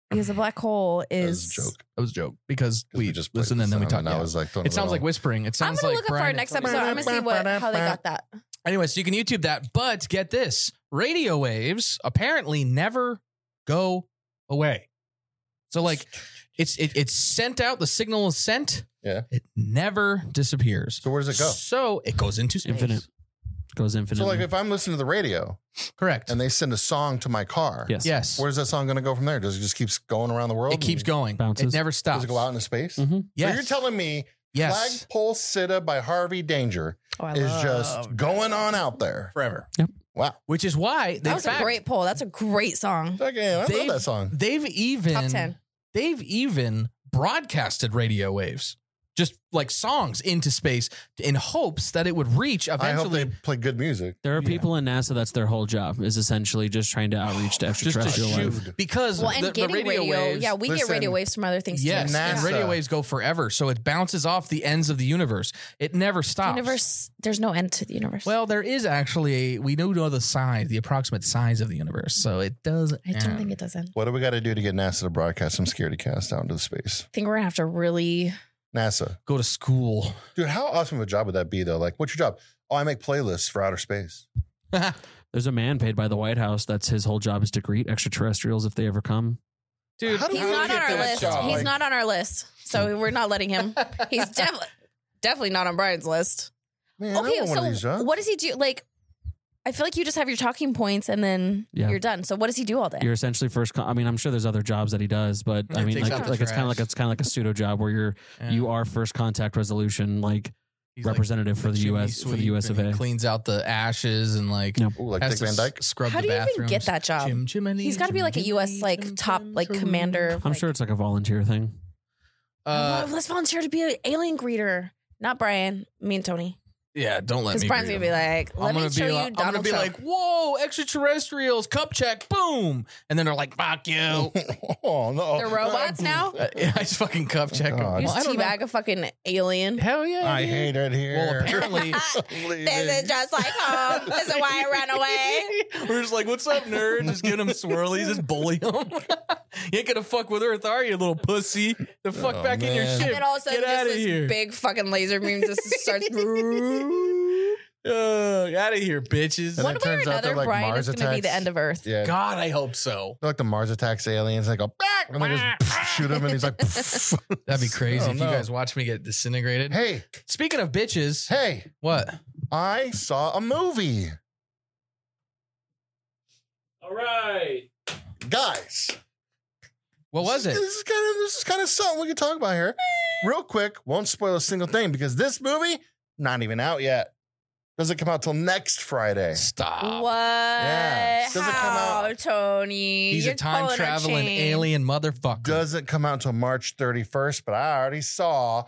Because a black hole That was is. a joke. that was a joke because 'cause we, just just listened and then we talked. And I yeah. was like, it sounds like whispering. It I'm sounds gonna like look up for our Brian- next episode. I'm gonna see what how they got that. Anyway, so you can YouTube that, but get this: radio waves apparently never go away. So like, it's it, it's sent out. The signal is sent. Yeah. it never disappears. So where does it go? So it goes into space. Infinite. goes infinite. So like, if I'm listening to the radio Correct. and they send a song to my car, yes. yes. where's that song going to go from there? Does it just keeps going around the world? It keeps and- going. Bounces. It never stops. Does it go out into space? Mhm. Yes. So you're telling me yes. Flagpole Sitta by Harvey Danger Oh, I is love just going on out there. forever. Wow. Which is why they That was a great poll. That's a great song. Okay, I They've- love that song. They've even Top ten. they've even broadcasted radio waves, just like songs into space, in hopes that it would reach I hope eventually. they play good music. There are Yeah. people in NASA that's their whole job is essentially just trying to outreach to just to extraterrestrial shoot life. because Well, and the, the getting radio, radio, waves. yeah, we get Listen. radio waves from other things. Yes, too. and NASA. radio waves go forever, so it bounces off the ends of the universe. It never stops. universe. There's no end to the universe. Well, there is actually a we do know the size, the approximate size of the universe, so it does. I don't end. think it does end. What do we got to do to get NASA to broadcast some security cast out into the space? I think we're gonna have to really. NASA, go to school. *laughs* dude, how awesome of a job would that be though? Like, what's your job? Oh, I make playlists for outer space. There's a man paid by the White House that's his whole job is to greet extraterrestrials if they ever come. Dude, How do He's we not on get our that list. job? He's not on our list, so we're not *laughs* letting him. He's definitely definitely not on Brian's list. Man, I want one of these so jobs. what does he do? Like, I feel like you just have your talking points and then Yeah. you're done. So what does he do all day? You're essentially first. co- I mean, I'm sure there's other jobs that he does, but I It mean, takes like, out the like it's kind of trash. like it's kind of like a pseudo job where you're you are first contact resolution like He's like representative for the chimney U.S. for the sweep, U.S. of and he A. Cleans out the ashes and like Yeah. Ooh, like has Dick to Van Dyke. s- Scrub How the do you even bathrooms. get that job? Jim, Jiminy, He's got to be like a Jiminy, U.S. like Jim, top Jim, like Jim. commander. of, I'm like- sure it's like a volunteer thing. Oh, *laughs* Uh, let's volunteer to be an alien greeter. Not Brian, me and Tony. yeah, don't let Because me. Brian's greet gonna be him. like, "Let I'm gonna me show be you like, I'm gonna Donald be Trump." like, whoa, extraterrestrials, cup check, boom, and then they're like, fuck *laughs* you. *laughs* oh no, They're robots now. Uh, *laughs* yeah, I just fucking cup check him. Oh, God. You Well, just teabag a fucking alien. Hell yeah, I dude. hate it Well, here. *laughs* apparently, Leave This it. *laughs* is just like home. this is why I ran away. We're just like, what's up, nerd? Just giving him swirlies, just bully him. *laughs* you ain't gonna fuck with Earth, are you, little pussy? The fuck Oh, back in your man. ship. And then all of a sudden, Get just out of this here. big fucking laser beam just *laughs* starts. *laughs* out of here, bitches. One it way or turns out another, they're like Brian Mars is going to be the attacks. end of Earth. Yeah, God, I hope so. they're like the Mars attacks aliens. They go back, and they *laughs* just shoot him, and he's like, That'd *laughs* be crazy Oh, if no. you guys watch me get disintegrated. "Hey, Speaking of bitches, hey, what? I saw a movie." All right. Guys, What was it? This is kind of this is kind of something we can talk about here, real quick. Won't spoil a single thing because this movie not even out yet. Doesn't come out till next Friday. Stop. what? Yeah. Doesn't come How, out. Tony? He's You're a time pulling traveling chain. *gasps* alien motherfucker. Doesn't come out until March 31st, but I already saw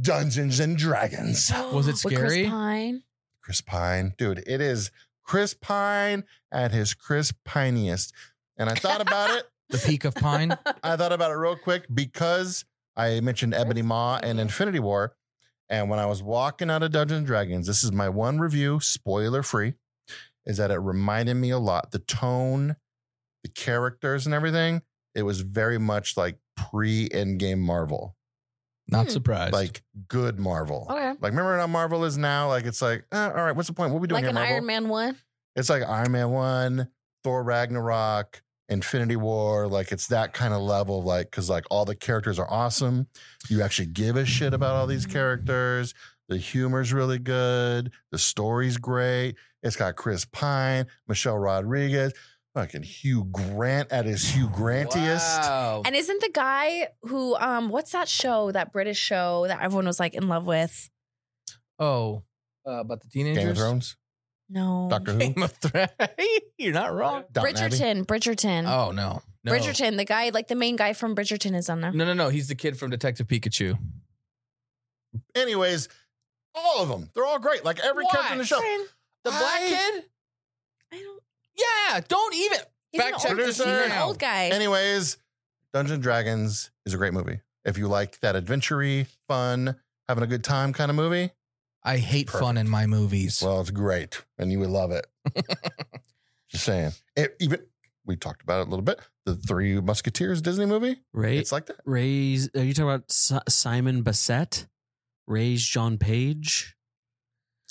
Dungeons and Dragons. Was it With scary? Chris Pine? Chris Pine. Dude, it is Chris Pine at his Chris Pineiest. And I thought about it. the peak of pine. I thought about it real quick because I mentioned Ebony Maw Mm-hmm. and Infinity War. And when I was walking out of Dungeons and Dragons, this is my one review, spoiler free, is that it reminded me a lot. The tone, the characters, and everything, it was very much like pre endgame Marvel, Not Hmm. *laughs* surprised. like good Marvel. Okay. Like, remember how Marvel is now? Like, it's like, eh, all right, what's the point? What are we doing Like here, an Marvel? Iron Man one. It's like Iron Man 1, Thor Ragnarok, Infinity War. Like it's that kind of level of like, cause like all the characters are awesome. You actually give a shit about all these characters. The humor's really good. The story's great. It's got Chris Pine, Michelle Rodriguez, fucking Hugh Grant at his Hugh Grantiest. Wow. And isn't the guy who um what's that show, that British show that everyone was like in love with? Oh, uh, about the teenagers. Game of Thrones, No. Doctor *laughs* Who, Game of Thrones. You're not wrong. Downton Abbey. Bridgerton, Mm-hmm. Bridgerton. Oh no. no. Bridgerton, the guy, like the main guy from Bridgerton is on there. No, no, no. He's the kid from Detective Pikachu. Anyways, all of them, they're all great. Like every character in the What? show. The black I- kid? I don't Yeah. Don't even. he's an Fact old- check he's this an now. old guy. Anyways, Dungeons and Dragons is a great movie. If you like that adventure fun, having a good time kind of movie, I hate fun Perfect. in my movies. well, it's great and you would love it. Just saying. It, even we talked about it a little bit. The Three Musketeers Disney movie. Ray, It's like that. Ray's. Are you talking about Si- Simon Bassett? Ray's John Page.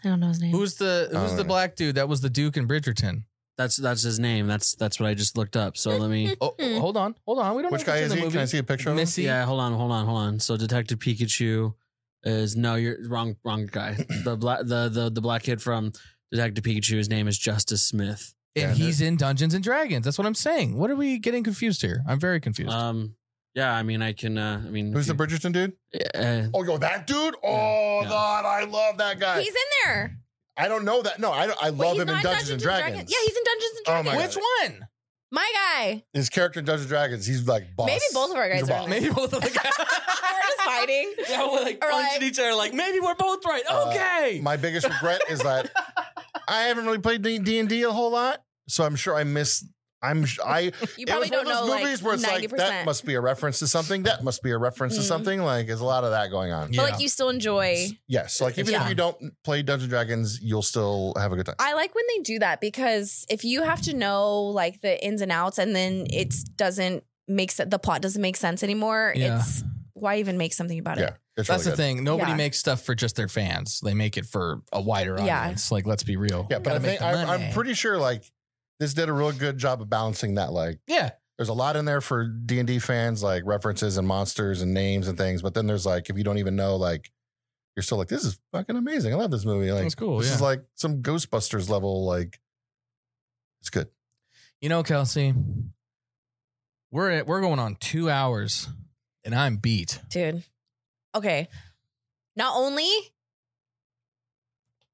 I don't know his name. *laughs* who's the Who's Oh, the yeah. black dude that was the Duke in Bridgerton? That's that's his name. That's that's what I just looked up. So *laughs* let me. Oh, Hmm. hold on, hold on. We don't. Which know guy if it's is in he? the Can I see a picture Movie. of him? Missy. Yeah, hold on, hold on, hold on. So Detective Pikachu is no, you're wrong, wrong guy. *clears throat* the black the, the the black kid from Detective Pikachu. His name is Justice Smith. And Yeah, he's in Dungeons and Dragons. That's what I'm saying. What are we getting confused here? I'm very confused. Uh, Um, yeah, I mean, I can. Uh, I mean, Who's the if you- Bridgerton dude? Uh, Oh, yo, that dude. Oh Yeah. God, I love that guy. he's in there. I don't know that. No, I don't, I Wait, love he's him not in Dungeons, and Dragons. Yeah, he's in Dungeons and Oh Dragons. my Which one? my guy. his character in Dungeons and Dragons. He's like boss. Maybe both of our He's guys a are boss. in there. Maybe both *laughs* of *laughs* the guys. We're *laughs* just fighting. yeah, we're like Or punching like- each other. Like maybe we're both right. Uh, Okay. My biggest regret is that I haven't really played D and D a whole lot, so I'm sure I miss. I'm sh- I. You It was one probably don't of know those like movies where it's ninety like that percent. must be a reference to something. That must be a reference to Mhm. something. Like there's a lot of that going on. but like you still enjoy. Yes, like even Yeah. if you don't play Dungeons and Dragons, you'll still have a good time. I like when they do that because if you have to know like the ins and outs and then it doesn't make sense, the plot doesn't make sense anymore. Yeah. It's why even make something about yeah, it? it's That's really the good. thing. Nobody Yeah. makes stuff for just their fans. They make it for a wider Yeah. audience. Like, let's be real. Yeah, but I Gotta make think the I'm, I'm money. pretty sure like this did a real good job of balancing that. Like Yeah, there's a lot in there for D and D fans, like references and monsters and names and things. But then there's like if you don't even know, like you're still like, this is fucking amazing. I love this movie. Like that's Oh, cool. this yeah. is like some Ghostbusters level. Like it's good. You know, Kelsey, we're at, we're going on two hours, and I'm beat. Dude. Okay. Not only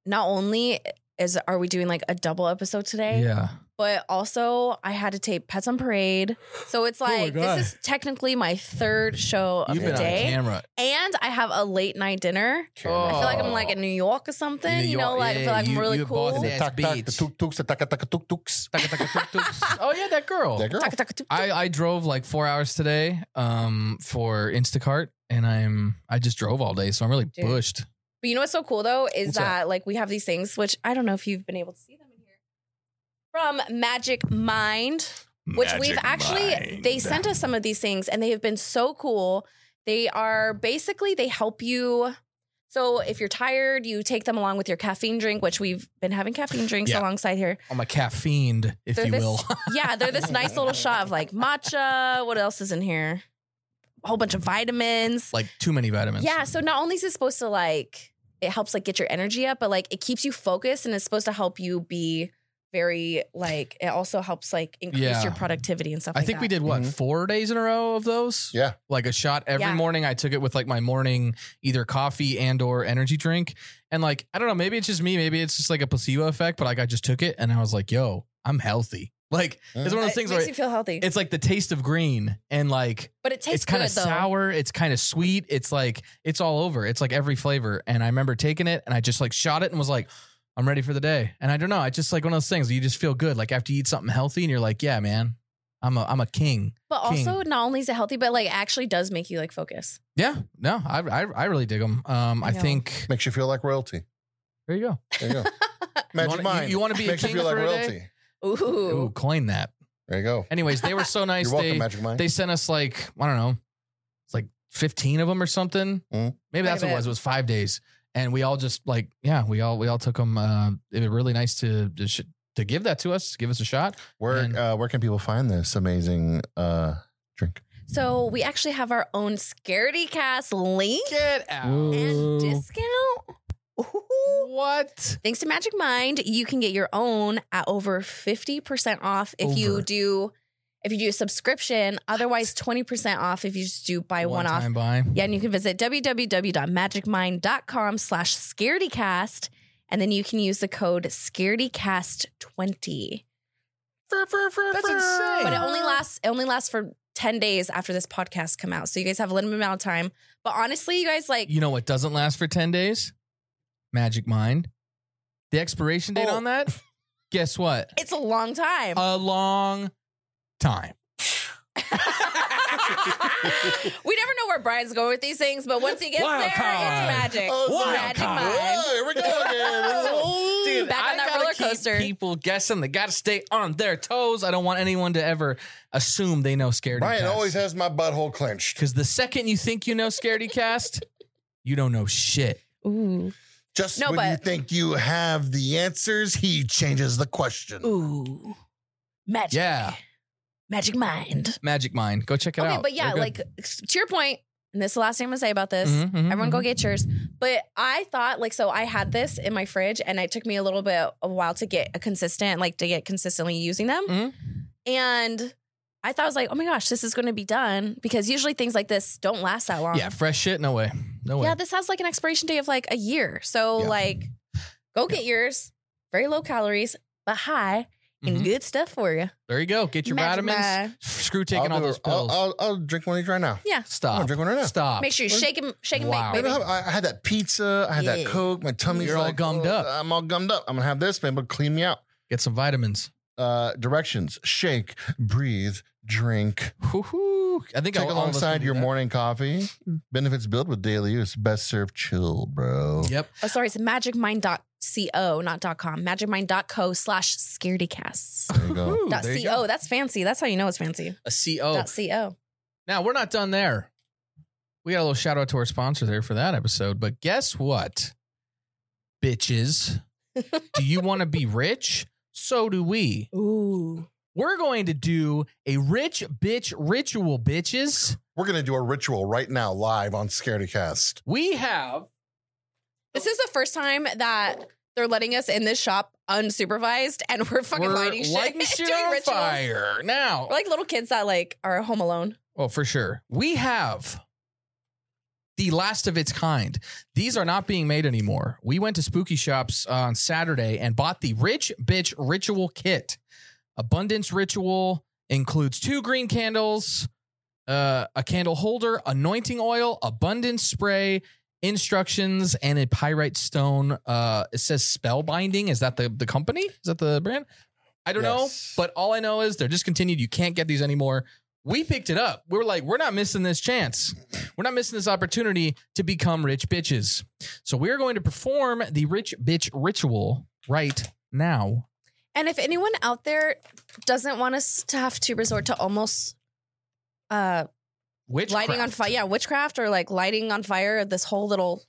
not only is are we doing like a double episode today, Yeah, but also I had to tape Pets on Parade. So Oh it's my like God. this is technically my third show of you've the been on day. camera. And I have a late night dinner. I feel like I'm like in New York or something. New you know, York, like I yeah, feel like you- I'm really you cool. bought The That's tuck tuck, the beats. tuk tuks, the taka taka tuk tuks. Taka, taka, tuk, tuks. *laughs* oh yeah, that girl. That girl. Tuck, tuck, tuck, tuck. I I drove like four hours today, um, for Instacart, and I'm I just drove all day, so I'm really Dude. bushed. But you know what's so cool though is What's that like we have these things, which I don't know if you've been able to see them in here from Magic Mind, which we've Magic actually mind. they sent us some of these things, and they have been so cool. They are basically they help you. So if you're tired, you take them along with your caffeine drink, which we've been having caffeine drinks Yeah. alongside here. I'm a caffeined, if They're you this- will. *laughs* Yeah, they're this nice little shot of like matcha. What else is in here? A whole bunch of vitamins. like too many vitamins. Yeah. So not only is it supposed to like it helps like get your energy up, but like it keeps you focused and it's supposed to help you be very like it also helps like increase Yeah. your productivity and stuff. I like think that. we did what Mhm. four days in a row of those. Yeah. like a shot every Yeah. morning. I took it with like my morning either coffee and or energy drink. And like I don't know, maybe it's just me, maybe it's just like a placebo effect. But like I just took it and I was like, yo, I'm healthy. Like it's one of those It things makes where you feel healthy, it's like the taste of green and like but it tastes it's kind of good though. sour, it's kind of sweet, it's like it's all over. It's like every flavor. And I remember taking it and I just like shot it and was like. I'm ready for the day. And I don't know. It's just like one of those things. You just feel good. Like after you eat something healthy and you're like, yeah, man, I'm a, I'm a king. But king. also, not only is it healthy, but like actually does make you like focus. Yeah, no, I I, I really dig them. Um, I, I know. think Makes you feel like royalty. there you go. There you go. Magic wanna- you- mind. you wanna be a Makes you king feel like for a day? royalty. Ooh, Ooh, coin that. There you go. Anyways, they were so nice. You're welcome, they Magic Mind. they sent us like I don't know, it's like fifteen of them or something. Mm-hmm. Mhm. Maybe that's Quite a what it was. It was five days, and we all just like yeah, we all we all took them. Uh, it was really nice to to, sh- to give that to us, give us a shot. where and- uh, where can people find this amazing uh, drink? So we actually have our own Scaredy Cast link Get Ooh. and discount. Ooh. What? Thanks to Magic Mind, you can get your own at over 50% off if Over. you do if you do a subscription, otherwise 20% off if you just do buy one, off. time buy. Yeah, and you can visit www.magicmind.com slash scaredycast, and then you can use the code scaredycast20. That's insane. But it only lasts it only lasts for 10 days after this podcast come out. So you guys have a limited amount of time. But honestly, you guys like You know what doesn't last for 10 days? Magic Mind. The expiration date Oh. on *laughs* that? Guess what? it's a long time. A long time. *laughs* we never know where Brian's going with these things, but once he gets Wild there, card. it's magic. Oh, Wild magic card. mind. Whoa, here we go again. *laughs* Dude, Back on that gotta roller keep coaster. people guessing. They got to stay on their toes. I don't want anyone to ever assume they know Scaredy Brian Cast. always has my butthole clenched. Because the second you think you know Scaredy Cast, you don't know shit. Ooh. Just No, when you but- think you have the answers, he changes the question. Ooh. Magic. Yeah. Magic mind. Magic Mind. Go check it okay, out. but yeah, They're good. like to your point, and this is the last thing I'm gonna say about this. Mhm, mhm, Everyone go mhm. get yours. But I thought like so I had this in my fridge and it took me a little bit a while to get a consistent like to get consistently using them. Mhm. And I thought I was like, oh my gosh, this is going to be done because usually things like this don't last that long. Yeah, fresh shit. No way. No way. Yeah, this has like an expiration date of like a year. So Yeah. like go get yours. Very low calories, but high in Mhm. good stuff for you. There you go. Get your Magic vitamins. mind. Screw taking I'll all do- those I'll- pills. I'll, I'll drink one of these right now. I'll Stop. drink one right now. Stop. Make sure you shake him, shake him, Wow. make, I, baby. don't have- I- I had that pizza. I had that Yeah. Coke. My tummy's You're all like, gummed oh, up. I'm all gummed up. I'm gonna have this, man, but clean me out. Get some vitamins. Uh, directions: shake, breathe, drink. Woo-hoo. I think Take all- all of us alongside can do your that. morning coffee. Benefits build with daily use. Best served chill, bro. Yep. Oh, sorry, it's magicmind.co, not dot .com. Magicmind.co slash scaredycasts. There you *laughs* go. Woo, Dot there .co. you go. Oh. That's fancy. That's how you know it's fancy. A CO. Dot .co. Now we're not done there. We got a little shout out to our sponsor there for that episode. But guess what, *laughs* bitches? do you want to be rich? So do we. Ooh. We're going to do a rich bitch ritual, bitches. We're gonna do a ritual right now, live on Scaredy Cast. We have This is the first time that they're letting us in this shop unsupervised and we're fucking we're lighting shit. lighting shit *laughs* doing on rituals. fire now. We're like little kids that like are home alone. Oh, for sure. We have the last of its kind. These are not being made anymore. We went to Spooky Shops on Saturday and bought the Rich Bitch Ritual Kit. Abundance Ritual includes two green candles, uh, a candle holder, anointing oil, abundance spray, instructions, and a pyrite stone. Uh, it says Spellbinding. Is that the, the company? Is that the brand? I don't Yes. know, but all I know is they're discontinued. You can't get these anymore we picked it up. We were like, we're not missing this chance. We're not missing this opportunity to become rich bitches. So we're going to perform the rich bitch ritual right now. And if anyone out there doesn't want us to have to resort to almost uh Witch lighting on fire, yeah, witchcraft or like lighting on fire this whole little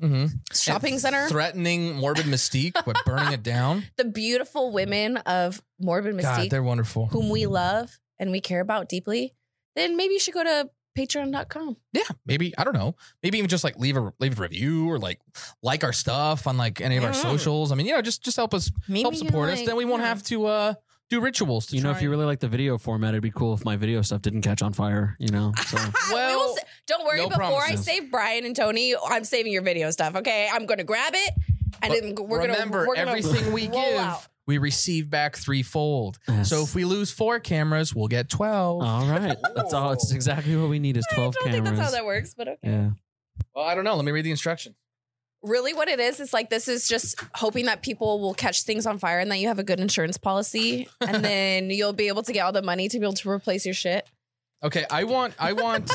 Mm-hmm. shopping center, threatening morbid mystique, but burning it *laughs* down. the beautiful women of Morbid God, Mystique, they're wonderful. whom we love and we care about deeply, then maybe you should go to patreon.com. Yeah, maybe I don't know. Maybe even just like leave a leave a review or like like our stuff on like any of our Mhm. socials. I mean, you know, just just help us Maybe help you support us. like- Then we won't yeah. *laughs* have to uh do rituals. To You know, try if you and- really like the video format, it'd be cool if my video stuff didn't catch on fire. You know, so we Well, will sa- don't worry. no before I promises. save Brian and Tony, I'm saving your video stuff. Okay, I'm going to grab it, But and then we're going to remember *laughs* everything we give, we receive back threefold. Yes. Uh. So if we lose four cameras, we'll get twelve. all right, that's all. It's exactly what we need is I don't twelve think cameras. that's how that works, but okay. yeah, Well, I don't know. Let me read the instructions. Really, what it is is like this is just hoping that people will catch things on fire and that you have a good insurance policy, *laughs* and then you'll be able to get all the money to be able to replace your shit. Okay, I want I *laughs* want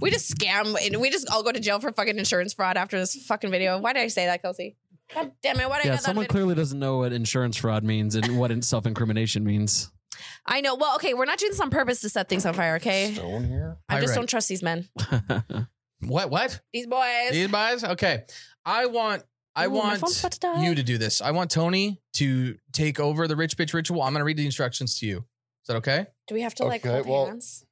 We just scam and we just all go to jail for fucking insurance fraud after this fucking video. Why did I say that, Kelsey? God damn it! Why did I yeah. know that? Someone video? clearly doesn't know what insurance fraud means and what self *laughs* incrimination means. *laughs* I know. Well, okay, we're not doing this on purpose to set things on fire. Okay, Stone here. I just Pyrite. don't trust these men. what what These boys. these buys? Okay, I want I Ooh, my want phone's about to die. you to do this. I want Tony to take over the rich bitch ritual. I'm going to read the instructions to you. Is that okay? Do we have to like Okay, hold well- hands?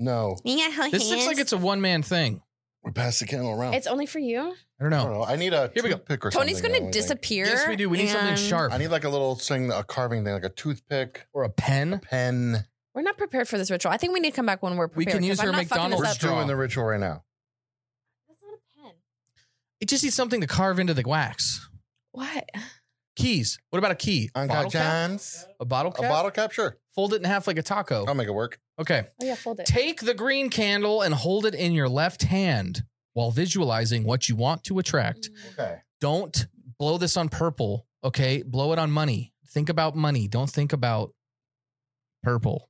No, Yeah, hold This looks like it's a one man thing. we passed the candle around. It's only for you. I don't I know. don't know. I need a Oh. Here we go. toothpick or Tony's something, going though, I to think. disappear. Yes, we do. We need something and sharp I need like a little thing, a carving thing, like a toothpick, or a pen. pen. We're not prepared for this ritual. I think we need to come back when we're We prepared. can use 'cause her I'm not fucking McDonald's this We're up. straw. doing the ritual right now. That's not a pen. It just needs something to carve into the wax. What? Keys. What about a key? Uncle Bottle cap? John's. A bottle A cap. bottle Um, cap, sure. Fold it in half like a taco. I'll make it work. okay. Oh yeah, fold it. Take the green candle and hold it in your left hand while visualizing what you want to attract. Okay. Don't blow this on purple. Okay. Blow it on money. Think about money. Don't think about purple.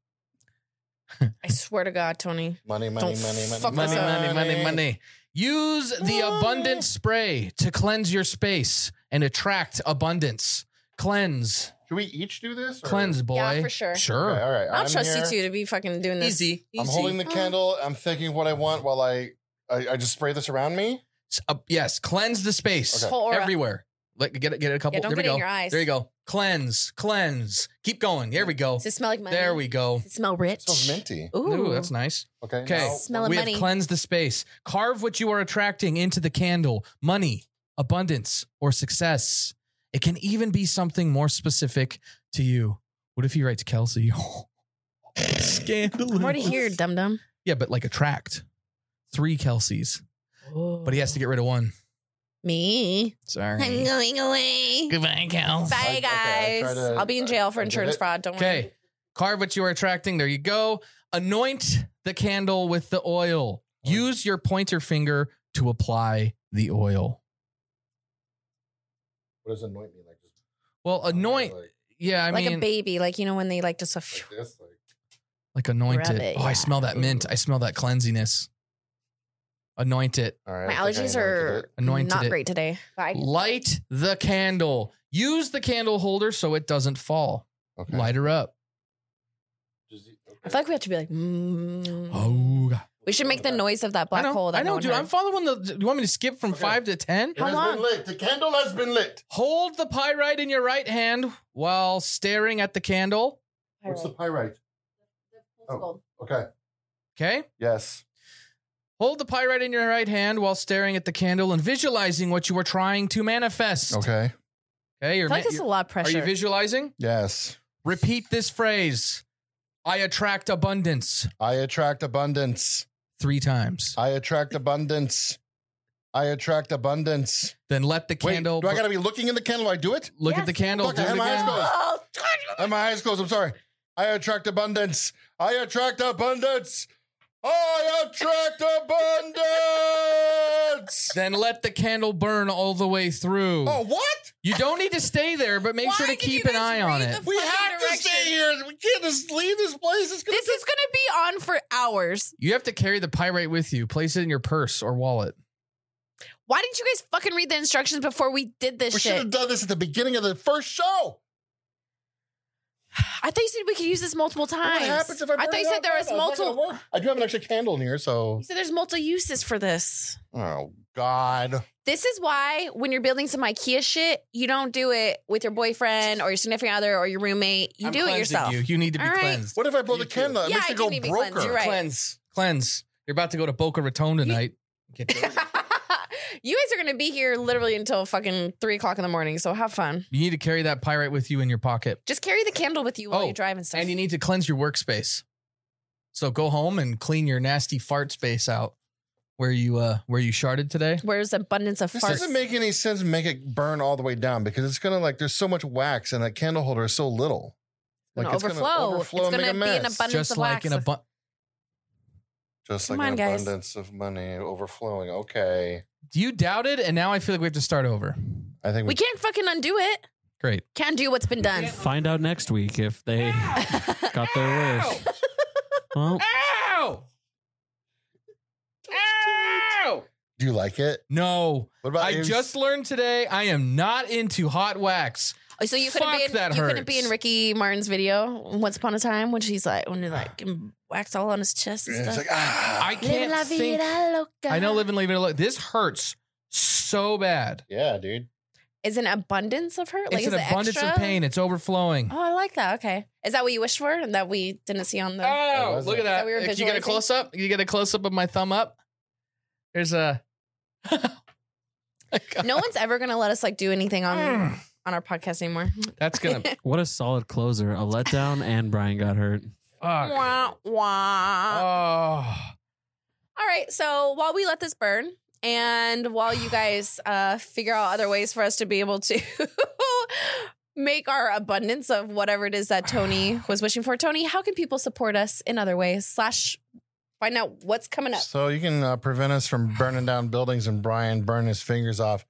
I swear to God, Tony. Money, money, Don't money, money, fuck this money, up. money, money, money. Use the abundant spray to cleanse your space and attract abundance. Cleanse, Should we each do this? or- cleanse, boy. Yeah, for sure. Sure. Okay, all right. I I'm don't trust you here. two to be fucking doing this. Easy. I'm holding the Oh. candle. I'm thinking what I want while I I, I just spray this around me. S- uh, yes, cleanse the space Okay. Whole aura. everywhere. Like get it, get it a couple. Yeah, don't there we get it go. in your eyes. There you go. Cleanse, cleanse. Keep going. There we go. Does it smell like money? There we go. Does it smell rich? It smells minty. Ooh. Ooh, that's nice. Okay. Okay. now- Smell of we money. have cleansed the space. Carve what you are attracting into the candle money, abundance, or success. It can even be something more specific to you. What if he writes Kelsey? *laughs* Scandalous. I'm already here, dum dum. Yeah, but like attract three Kelseys, but he has to get rid of one. Me. I'm Sorry. going away. Goodbye, Kels. Bye, okay, I guys. tried to- I'll be in I- jail I for did insurance it. fraud. Don't worry. Okay. Carve what you are attracting. There you go. Anoint the candle with the oil. Use your pointer finger to apply the oil. What does anoint me like? Just Well, anoint. Like Yeah, I like mean, a baby, like you know when they like just a this, like like anoint Rub it. it, Oh, yeah. I smell that mint. I smell that cleansiness. Anoint it. all right. my I think allergies I are Anointed not it. great today. Bye. Light the candle. Use the candle holder so it doesn't fall. anointed it. Mm. Okay. Light her up. Just- e, okay. I feel like we have to be like, mm. Oh, God. we should make the noise of that I black know, hole. That I know, no one dude. heard. I'm following the. Do you want me to skip from Okay. five to ten? It has long? been lit. The candle has been lit. Hold the pyrite in your right hand while staring at the candle. What's the pyrite? Oh. Okay. Okay. Yes. Hold the pyrite in your right hand while staring at the candle and visualizing what you are trying to manifest. Okay. Okay. I You're, feel like ma- it's a lot of are pressure. you visualizing? Yes. Repeat this phrase I attract abundance I attract abundance. three times. I attract abundance. I attract abundance. Then let the Wait, candle do I gotta be looking in the candle? while I do it. look at Yes. the candle. Fuck, do I it had my eyes again. *laughs* closed. Oh, I my eyes closed. I'm sorry. I attract abundance. I attract abundance. I attract *laughs* abundance. Then let the candle burn all the way through. Oh, what? You don't need to stay there, but make Why sure to did you keep an guys eye on read it. the We Fucking have to direction. stay here. We can't just leave this place. It's gonna this is gonna be on for hours. you have to carry the pyrite with you. Place it in your purse or wallet. Why didn't you guys fucking read the instructions before we did this we should have shit? done this at the beginning of the first show. I thought you said we could use this multiple times. What happens if I burn thought you it said out? there It's was not gonna multiple. work. I do have an extra candle in here, so. You said there's multiple uses for this. Oh God. This is why when you're building some IKEA shit, you don't do it with your boyfriend or your significant other or your roommate. You I'm do it cleansing yourself. You. you need to be All right. cleansed. What if I blow You the too. candle? out? It Yeah, makes I it go do need to be cleansed. broker. You're right. Cleanse. Cleanse. You're about to go to Boca Raton tonight. Okay. *laughs* you guys are going to be here literally until fucking three o'clock in the morning. So have fun. You need to carry that pyrite with you in your pocket, Just carry the candle with you while Oh, you drive and stuff. and you need to cleanse your workspace. So go home and clean your nasty fart space out where you uh where you sharded today. Where's abundance of This farts? doesn't make any sense. to Make it burn all the way down because it's gonna like there's so much wax and that candle holder is so little. Gonna overflow. It's and gonna be an abundance Just of like wax. in a bu- Just Come like an on, guys. abundance of money overflowing. Okay, You doubted, and now I feel like we have to start over. I think we, we can't fucking undo it. Great. Can't do what's been done. Find out next week if they *laughs* got their wish. Well, Ow! Ow! Do you like it? No, What about I yours? just learned today I am not into hot wax. Oh, so you couldn't Fuck, be in, that you couldn't be hurts. in Ricky Martin's video once upon a time when she's like when they like wax all on his chest and Yeah, It's stuff. like ah, I can't la think. vida loca. I know live and leave it alone. This hurts so bad. yeah, dude. is an abundance of hurt. Like it's is an it abundance extra? of pain. It's overflowing. Oh, I like that. Okay, is that what you wished for and that we didn't see on the? Oh, was look it. at that! So we were if you get a visualizing? close up, you get a close up of my thumb up. There's a. *laughs* no um, one's ever gonna let us like do anything on Mm. on our podcast anymore. That's *laughs* gonna. what a solid closer. A letdown, and Brian got hurt. fuck. Wah, wah. Oh. All right. So while we let this burn and while you guys uh, figure out other ways for us to be able to *laughs* make our abundance of whatever it is that Tony was wishing for, Tony, how can people support us in other ways? Slash, find out what's coming *laughs* up. *laughs* So you can uh, prevent us from burning down buildings and Brian burn his fingers off.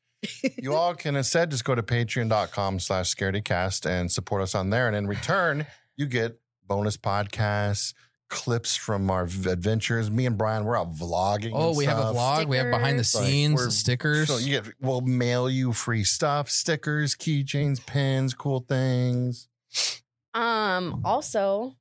You all can instead just go to patreon.com slash scaredycast and support us on there. And in return, you get bonus podcasts, clips from our v- adventures. Me and Brian, we're out vlogging. Oh, and we have a stuff. vlog. We have behind the Stickers. Like, scenes we're- stickers. So you get we'll mail you free stuff, stickers, keychains, pins, cool things. Um. Also,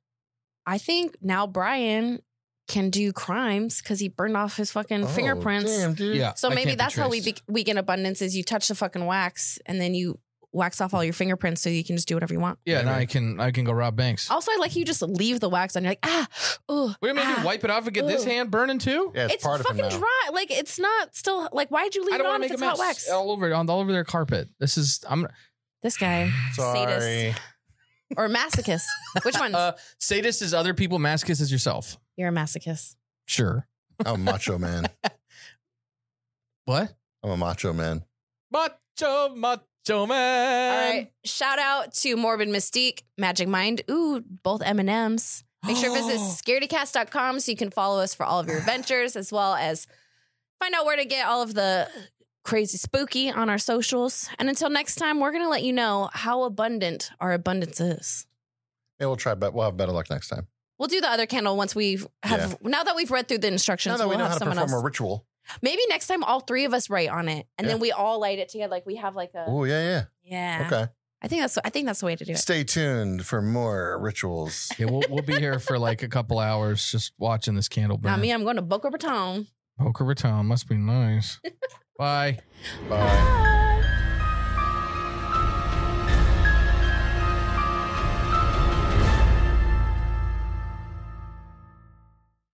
I think now Brian can do crimes because he burned off his fucking Oh, fingerprints. Damn, dude. yeah. So I maybe can't be that's how we traced. be- weaken abundance is you touch the fucking wax and then you wax off all your fingerprints so you can just do whatever you want. Yeah, now Maybe. I can I can go rob banks. *laughs* Also, I like how you just leave the wax on. You're like, ah, ooh. Wait a minute, ah. you wipe it off and get this Ooh. hand burning too? Yeah, it's, It's part fucking of it now. dry. Like it's not still like why'd you leave I it don't want to on make if a it's hot mess Oh. wax? all over on all over their carpet. This is I'm This guy, sadist Sorry. or masochist. *laughs* Which one? uh sadist is other people, masochist is yourself. You're a masochist. Sure. I'm a macho man. What? I'm a macho man. Macho macho all man. right. Shout out to Morbid Mystique, Magic Mind. Ooh, both M and M's. Make sure to Oh. visit scaredycast.com so you can follow us for all *sighs* of your adventures as well as find out where to get all of the crazy spooky on our socials. And until next time, we're going to let you know how abundant our abundance is. Yeah, we'll try, but we'll have better luck next time. We'll do the other candle once we have now that we've read through the Now instructions, that we we'll know have how to someone perform else. a ritual. Maybe next time all three of us write on it and Yeah. then we all light it together like we have like a Oh, yeah, yeah. yeah. Okay. I think that's I think that's the way to do it. Stay tuned for more rituals. Yeah, we'll we'll be here for like a couple hours just watching this candle burn. uh-huh. Now me, I'm going to Boca Raton. Boca Raton must be nice. Bye. Bye. Bye.